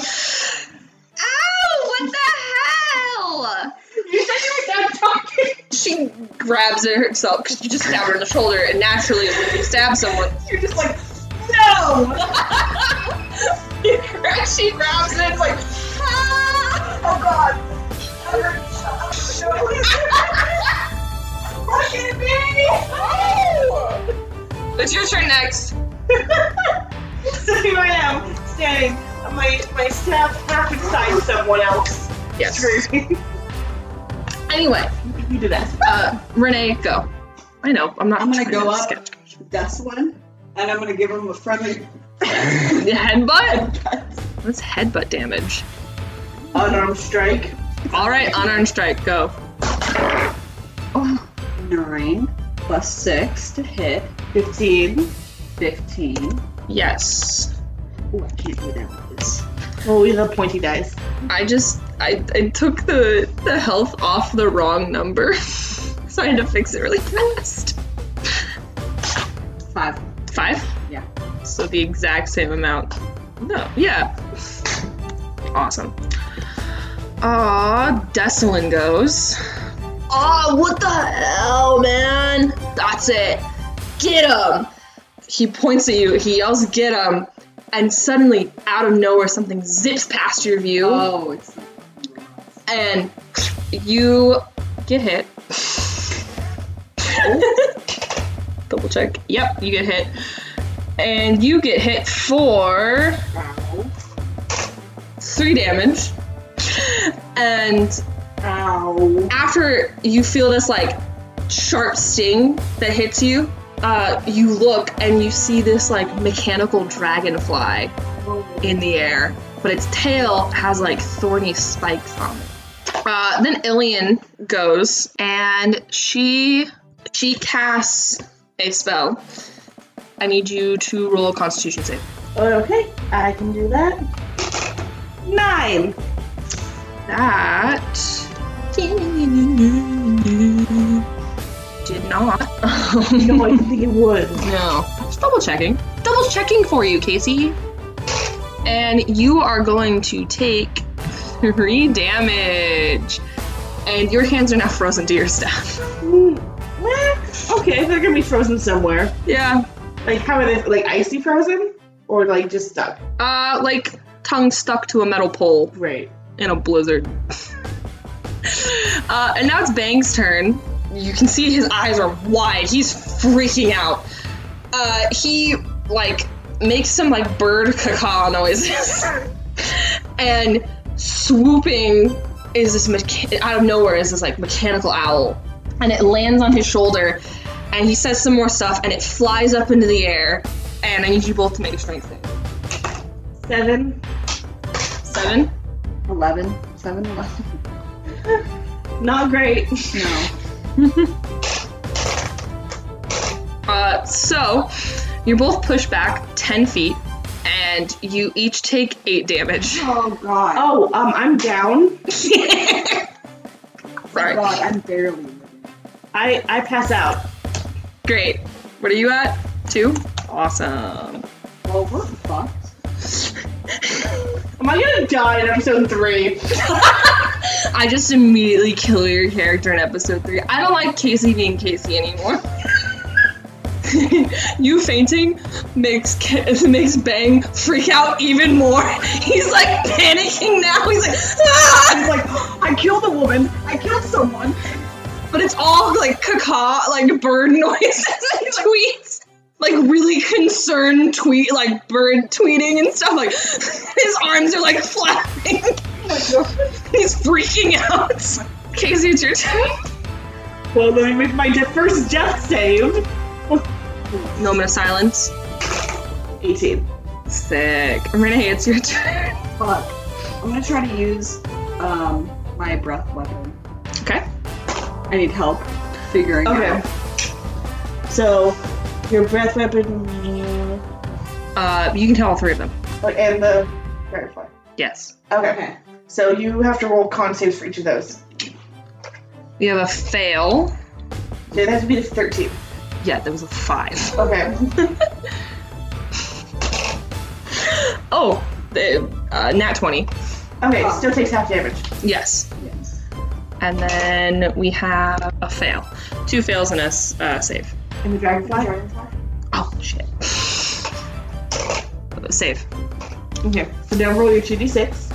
Speaker 8: Ow! What the hell?
Speaker 2: you said you were done talking.
Speaker 8: She grabs it herself because you just stab her in the shoulder, and naturally, when you stab someone,
Speaker 4: You're just like, no!
Speaker 8: she grabs it. It's like, ah!
Speaker 4: Oh god! That hurt. Shut up. Shut up. Look at me! Oh!
Speaker 8: It's your turn next.
Speaker 2: So here I am, standing, my my staff half inside someone else.
Speaker 8: Yes.
Speaker 2: Screaming.
Speaker 8: Anyway,
Speaker 2: you did that.
Speaker 8: uh, Renee, go. I know. I'm not.
Speaker 4: I'm gonna
Speaker 8: trying
Speaker 4: go
Speaker 8: to
Speaker 4: up.
Speaker 8: skip.
Speaker 4: That's one. And I'm gonna give him a friendly
Speaker 8: Headbutt. What's headbutt damage?
Speaker 2: Unarmed strike.
Speaker 8: All right, unarmed strike. Go.
Speaker 4: nine plus six to hit.
Speaker 2: Fifteen.
Speaker 4: Fifteen.
Speaker 8: Yes.
Speaker 4: Ooh, I can't do that with this.
Speaker 2: Oh, we love pointy dice.
Speaker 8: I just I, I took the the health off the wrong number, so I had to fix it really fast.
Speaker 4: Five.
Speaker 8: Five.
Speaker 4: Yeah.
Speaker 8: So the exact same amount. No. Yeah. Awesome. Aw, Desolin goes. Aw, what the hell, man? That's it. Get him! He points at you, he yells, get him, and suddenly, out of nowhere, something zips past your view,
Speaker 4: Oh, it's
Speaker 8: and you get hit. Double check. Yep, you get hit. And you get hit for
Speaker 4: ow.
Speaker 8: three damage. And
Speaker 4: Ow.
Speaker 8: after you feel this like sharp sting that hits you, uh, you look and you see this like mechanical dragonfly in the air, but its tail has like thorny spikes on it. Uh, then Ilian goes and she she casts a spell. I need you to roll a Constitution save.
Speaker 2: Okay, I can do that. Nine.
Speaker 8: That did not.
Speaker 2: No, I didn't think it would.
Speaker 8: No. Just double checking. Double checking for you, Casey. And you are going to take three damage. And your hands are now frozen to your staff.
Speaker 2: Hmm. Eh, Okay, they're gonna be frozen somewhere.
Speaker 8: Yeah.
Speaker 2: Like how are they? Like icy frozen, or like just stuck?
Speaker 8: Uh, like tongue stuck to a metal pole
Speaker 2: Great.
Speaker 8: in a blizzard. uh, and now it's Bang's turn. You can see his eyes are wide. He's freaking out. Uh, he like makes some like bird caca noises, and swooping is this mecha- out of nowhere is this like mechanical owl, and it lands on his shoulder, and he says some more stuff, and it flies up into the air. And I need you both to make a strength save.
Speaker 2: Seven.
Speaker 8: Seven.
Speaker 3: 11. 7 11.
Speaker 2: Not great.
Speaker 3: No.
Speaker 8: Uh, so you both push back 10 feet and you each take 8 damage.
Speaker 3: Oh god.
Speaker 2: Oh, um, I'm down.
Speaker 8: Sorry.
Speaker 3: god, I'm barely.
Speaker 2: I I pass out.
Speaker 8: Great. What are you at? 2? Awesome.
Speaker 3: Well, we're fucked.
Speaker 2: Am I gonna die in episode three?
Speaker 8: I just immediately kill your character in episode 3. I don't like Casey being Casey anymore. you fainting makes Ca- makes Bang freak out even more. He's like panicking now. He's like, "Ah!"
Speaker 2: It's like I killed a woman. I killed someone.
Speaker 8: but it's all like caca, like bird noises and tweets. Like really concerned tweet, like bird tweeting and stuff. Like his arms are like flapping. Oh He's freaking out. Casey, it's your turn.
Speaker 2: Well, let me make my de- first death save.
Speaker 8: Moment of silence.
Speaker 2: Eighteen.
Speaker 8: Sick. Renee, it's your turn.
Speaker 3: Fuck. I'm gonna try to use um my breath weapon.
Speaker 8: Okay.
Speaker 3: I need help figuring
Speaker 2: Okay.
Speaker 3: out.
Speaker 2: So, your breath weapon
Speaker 8: Uh, you can tell all three of them.
Speaker 2: and the firefly.
Speaker 8: Yes.
Speaker 2: Okay.
Speaker 3: Okay.
Speaker 2: So you have to roll con saves for each of those.
Speaker 8: You have a fail.
Speaker 2: So it has to be to thirteen.
Speaker 8: Yeah, that was a five.
Speaker 2: Okay.
Speaker 8: Oh, the, uh, nat 20.
Speaker 2: Okay. Still takes half damage.
Speaker 8: Yes.
Speaker 3: Yes.
Speaker 8: And then we have a fail. Two fails and a s- uh, save.
Speaker 2: And the dragonfly.
Speaker 8: Oh, shit. Save.
Speaker 2: Okay. So now roll your two d six.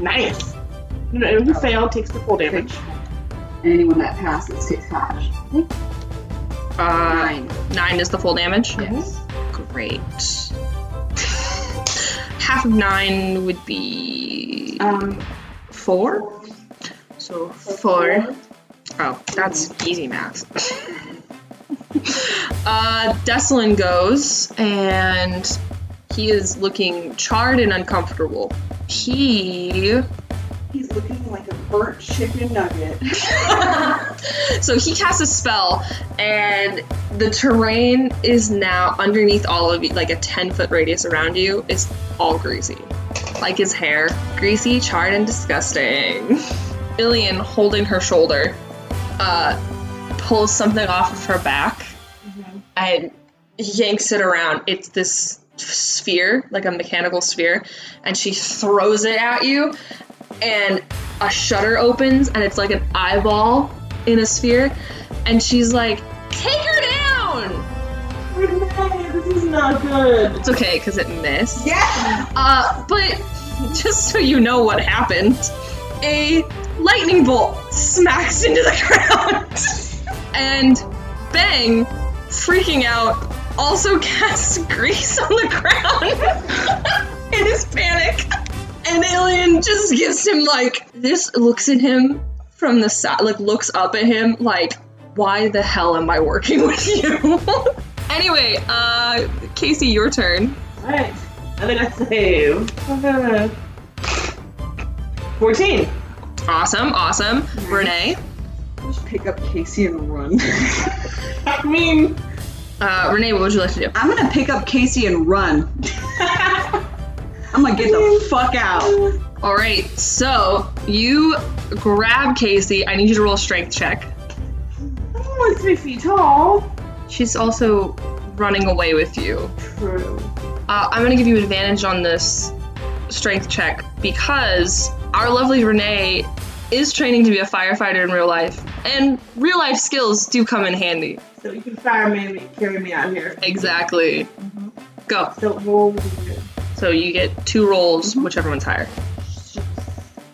Speaker 2: Nice. No, no, if you fail, takes the full damage.
Speaker 3: Anyone that passes takes half.
Speaker 8: Uh,
Speaker 3: Nine.
Speaker 8: nine is the full damage?
Speaker 3: Yes.
Speaker 8: Great. Half of nine would be
Speaker 3: Um.
Speaker 8: four. So four. Oh, that's easy math. uh, Deslin goes, and he is looking charred and uncomfortable. He.
Speaker 3: He's looking like a burnt chicken nugget.
Speaker 8: so he casts a spell, and the terrain is now underneath all of you, like a 10 foot radius around you, is all greasy. Like his hair. Greasy, charred, and disgusting. Ilian, holding her shoulder, uh, pulls something off of her back and yanks it around. It's this sphere, like a mechanical sphere, and she throws it at you, and a shutter opens, and it's like an eyeball in a sphere, and she's like, "Take her down."
Speaker 2: Renee, this is not good.
Speaker 8: It's okay because it missed.
Speaker 3: Yeah.
Speaker 8: Uh, but just so you know what happened, a lightning bolt smacks into the ground, and bang, freaking out, also casts grease on the ground in his panic. And Alien just gives him like this, looks at him from the side, like looks up at him, like, why the hell am I working with you? anyway, uh, Casey, your turn.
Speaker 2: Alright. I'm gonna save. I'm gonna- Fourteen.
Speaker 8: Awesome, awesome. Renee,
Speaker 3: Just pick up Casey and run.
Speaker 2: I mean.
Speaker 8: uh, Renee, what would you like to do?
Speaker 3: I'm gonna pick up Casey and run. I'm gonna get the fuck out.
Speaker 8: All right, so you grab Casey. I need you to roll a strength check.
Speaker 2: only three feet tall.
Speaker 8: She's also running away with you.
Speaker 2: True.
Speaker 8: Uh, I'm going to give you advantage on this strength check because our lovely Renee is training to be a firefighter in real life, and real life skills do come in handy.
Speaker 2: So you can fire me and carry me out here.
Speaker 8: Exactly. Go.
Speaker 2: So roll.
Speaker 8: So you get two rolls, whichever one's higher.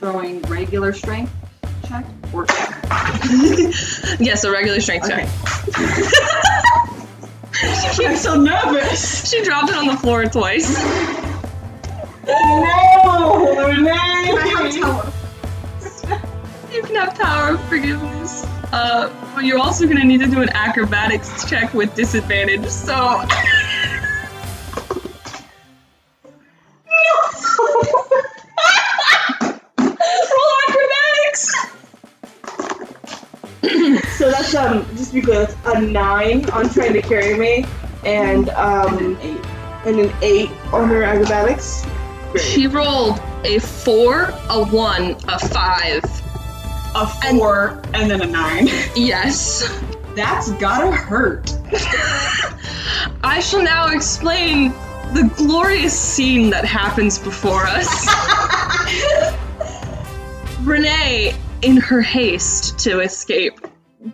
Speaker 3: Throwing regular strength check or check.
Speaker 8: yes, a regular strength check.
Speaker 3: Okay. I'm so nervous.
Speaker 8: She dropped it on the floor twice.
Speaker 2: No, Renee.
Speaker 3: I have tele-
Speaker 8: You can have power of forgiveness. Uh, but you're also gonna need to do an acrobatics check with disadvantage. So
Speaker 2: So that's um just because a nine on trying to carry me and um
Speaker 3: eight.
Speaker 2: and an eight on her acrobatics.
Speaker 8: she rolled a four, a one, a five.
Speaker 3: A four and then a nine.
Speaker 8: Yes.
Speaker 3: That's gotta hurt.
Speaker 8: I shall now explain the glorious scene that happens before us. Renee, in her haste to escape,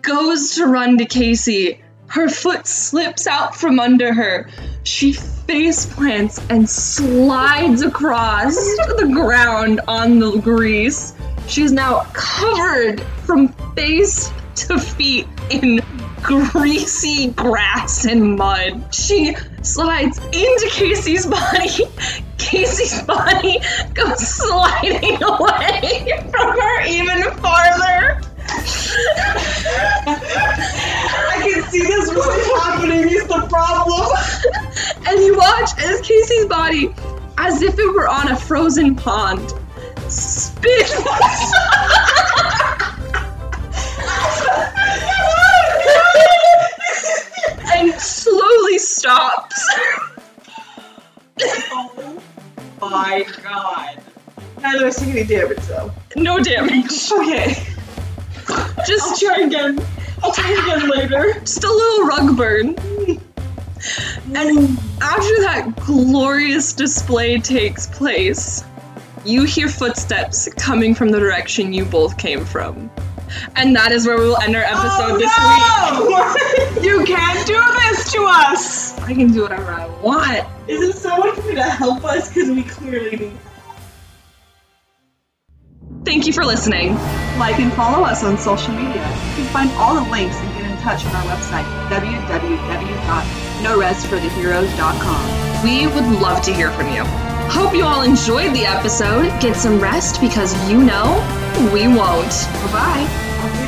Speaker 8: goes to run to Casey. Her foot slips out from under her. She face plants and slides across the ground on the grease. She is now covered from face to feet in greasy grass and mud. She slides into Casey's body. Casey's body goes sliding away from her even farther.
Speaker 2: I can see this really happening is the problem.
Speaker 8: and you watch as Casey's body, as if it were on a frozen pond, spins. and slowly stops.
Speaker 2: Oh my god. Now do I see any damage though.
Speaker 8: No damage.
Speaker 2: Okay. I'll
Speaker 8: Just,
Speaker 2: try again. I'll try again later.
Speaker 8: just a little rug burn. And after that glorious display takes place, you hear footsteps coming from the direction you both came from. And that is where we will end our episode this
Speaker 2: Oh, uh, you can't do this to us!
Speaker 8: week. I can do whatever I want.
Speaker 2: Isn't someone coming to help us? Because we clearly need
Speaker 8: Thank you for listening.
Speaker 3: Like and follow us on social media. You can find all the links and get in touch on our website, www.norestfortheheroes.com.
Speaker 8: We would love to hear from you. Hope you all enjoyed the episode. Get some rest because you know we won't. Bye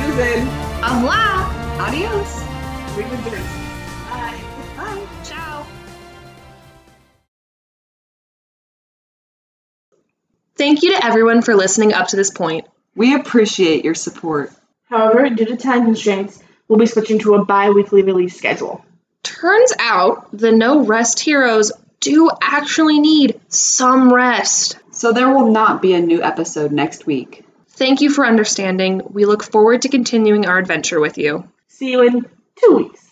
Speaker 2: Susan.
Speaker 8: bye. Habla.
Speaker 3: Adios.
Speaker 2: We can do this. Bye. Bye.
Speaker 8: Ciao. Thank you to everyone for listening up to this point.
Speaker 3: We appreciate your support.
Speaker 2: However, due to time constraints, we'll be switching to a bi weekly release schedule.
Speaker 8: Turns out the no rest heroes do actually need some rest.
Speaker 3: So there will not be a new episode next week.
Speaker 8: Thank you for understanding. We look forward to continuing our adventure with you.
Speaker 2: See you in two weeks.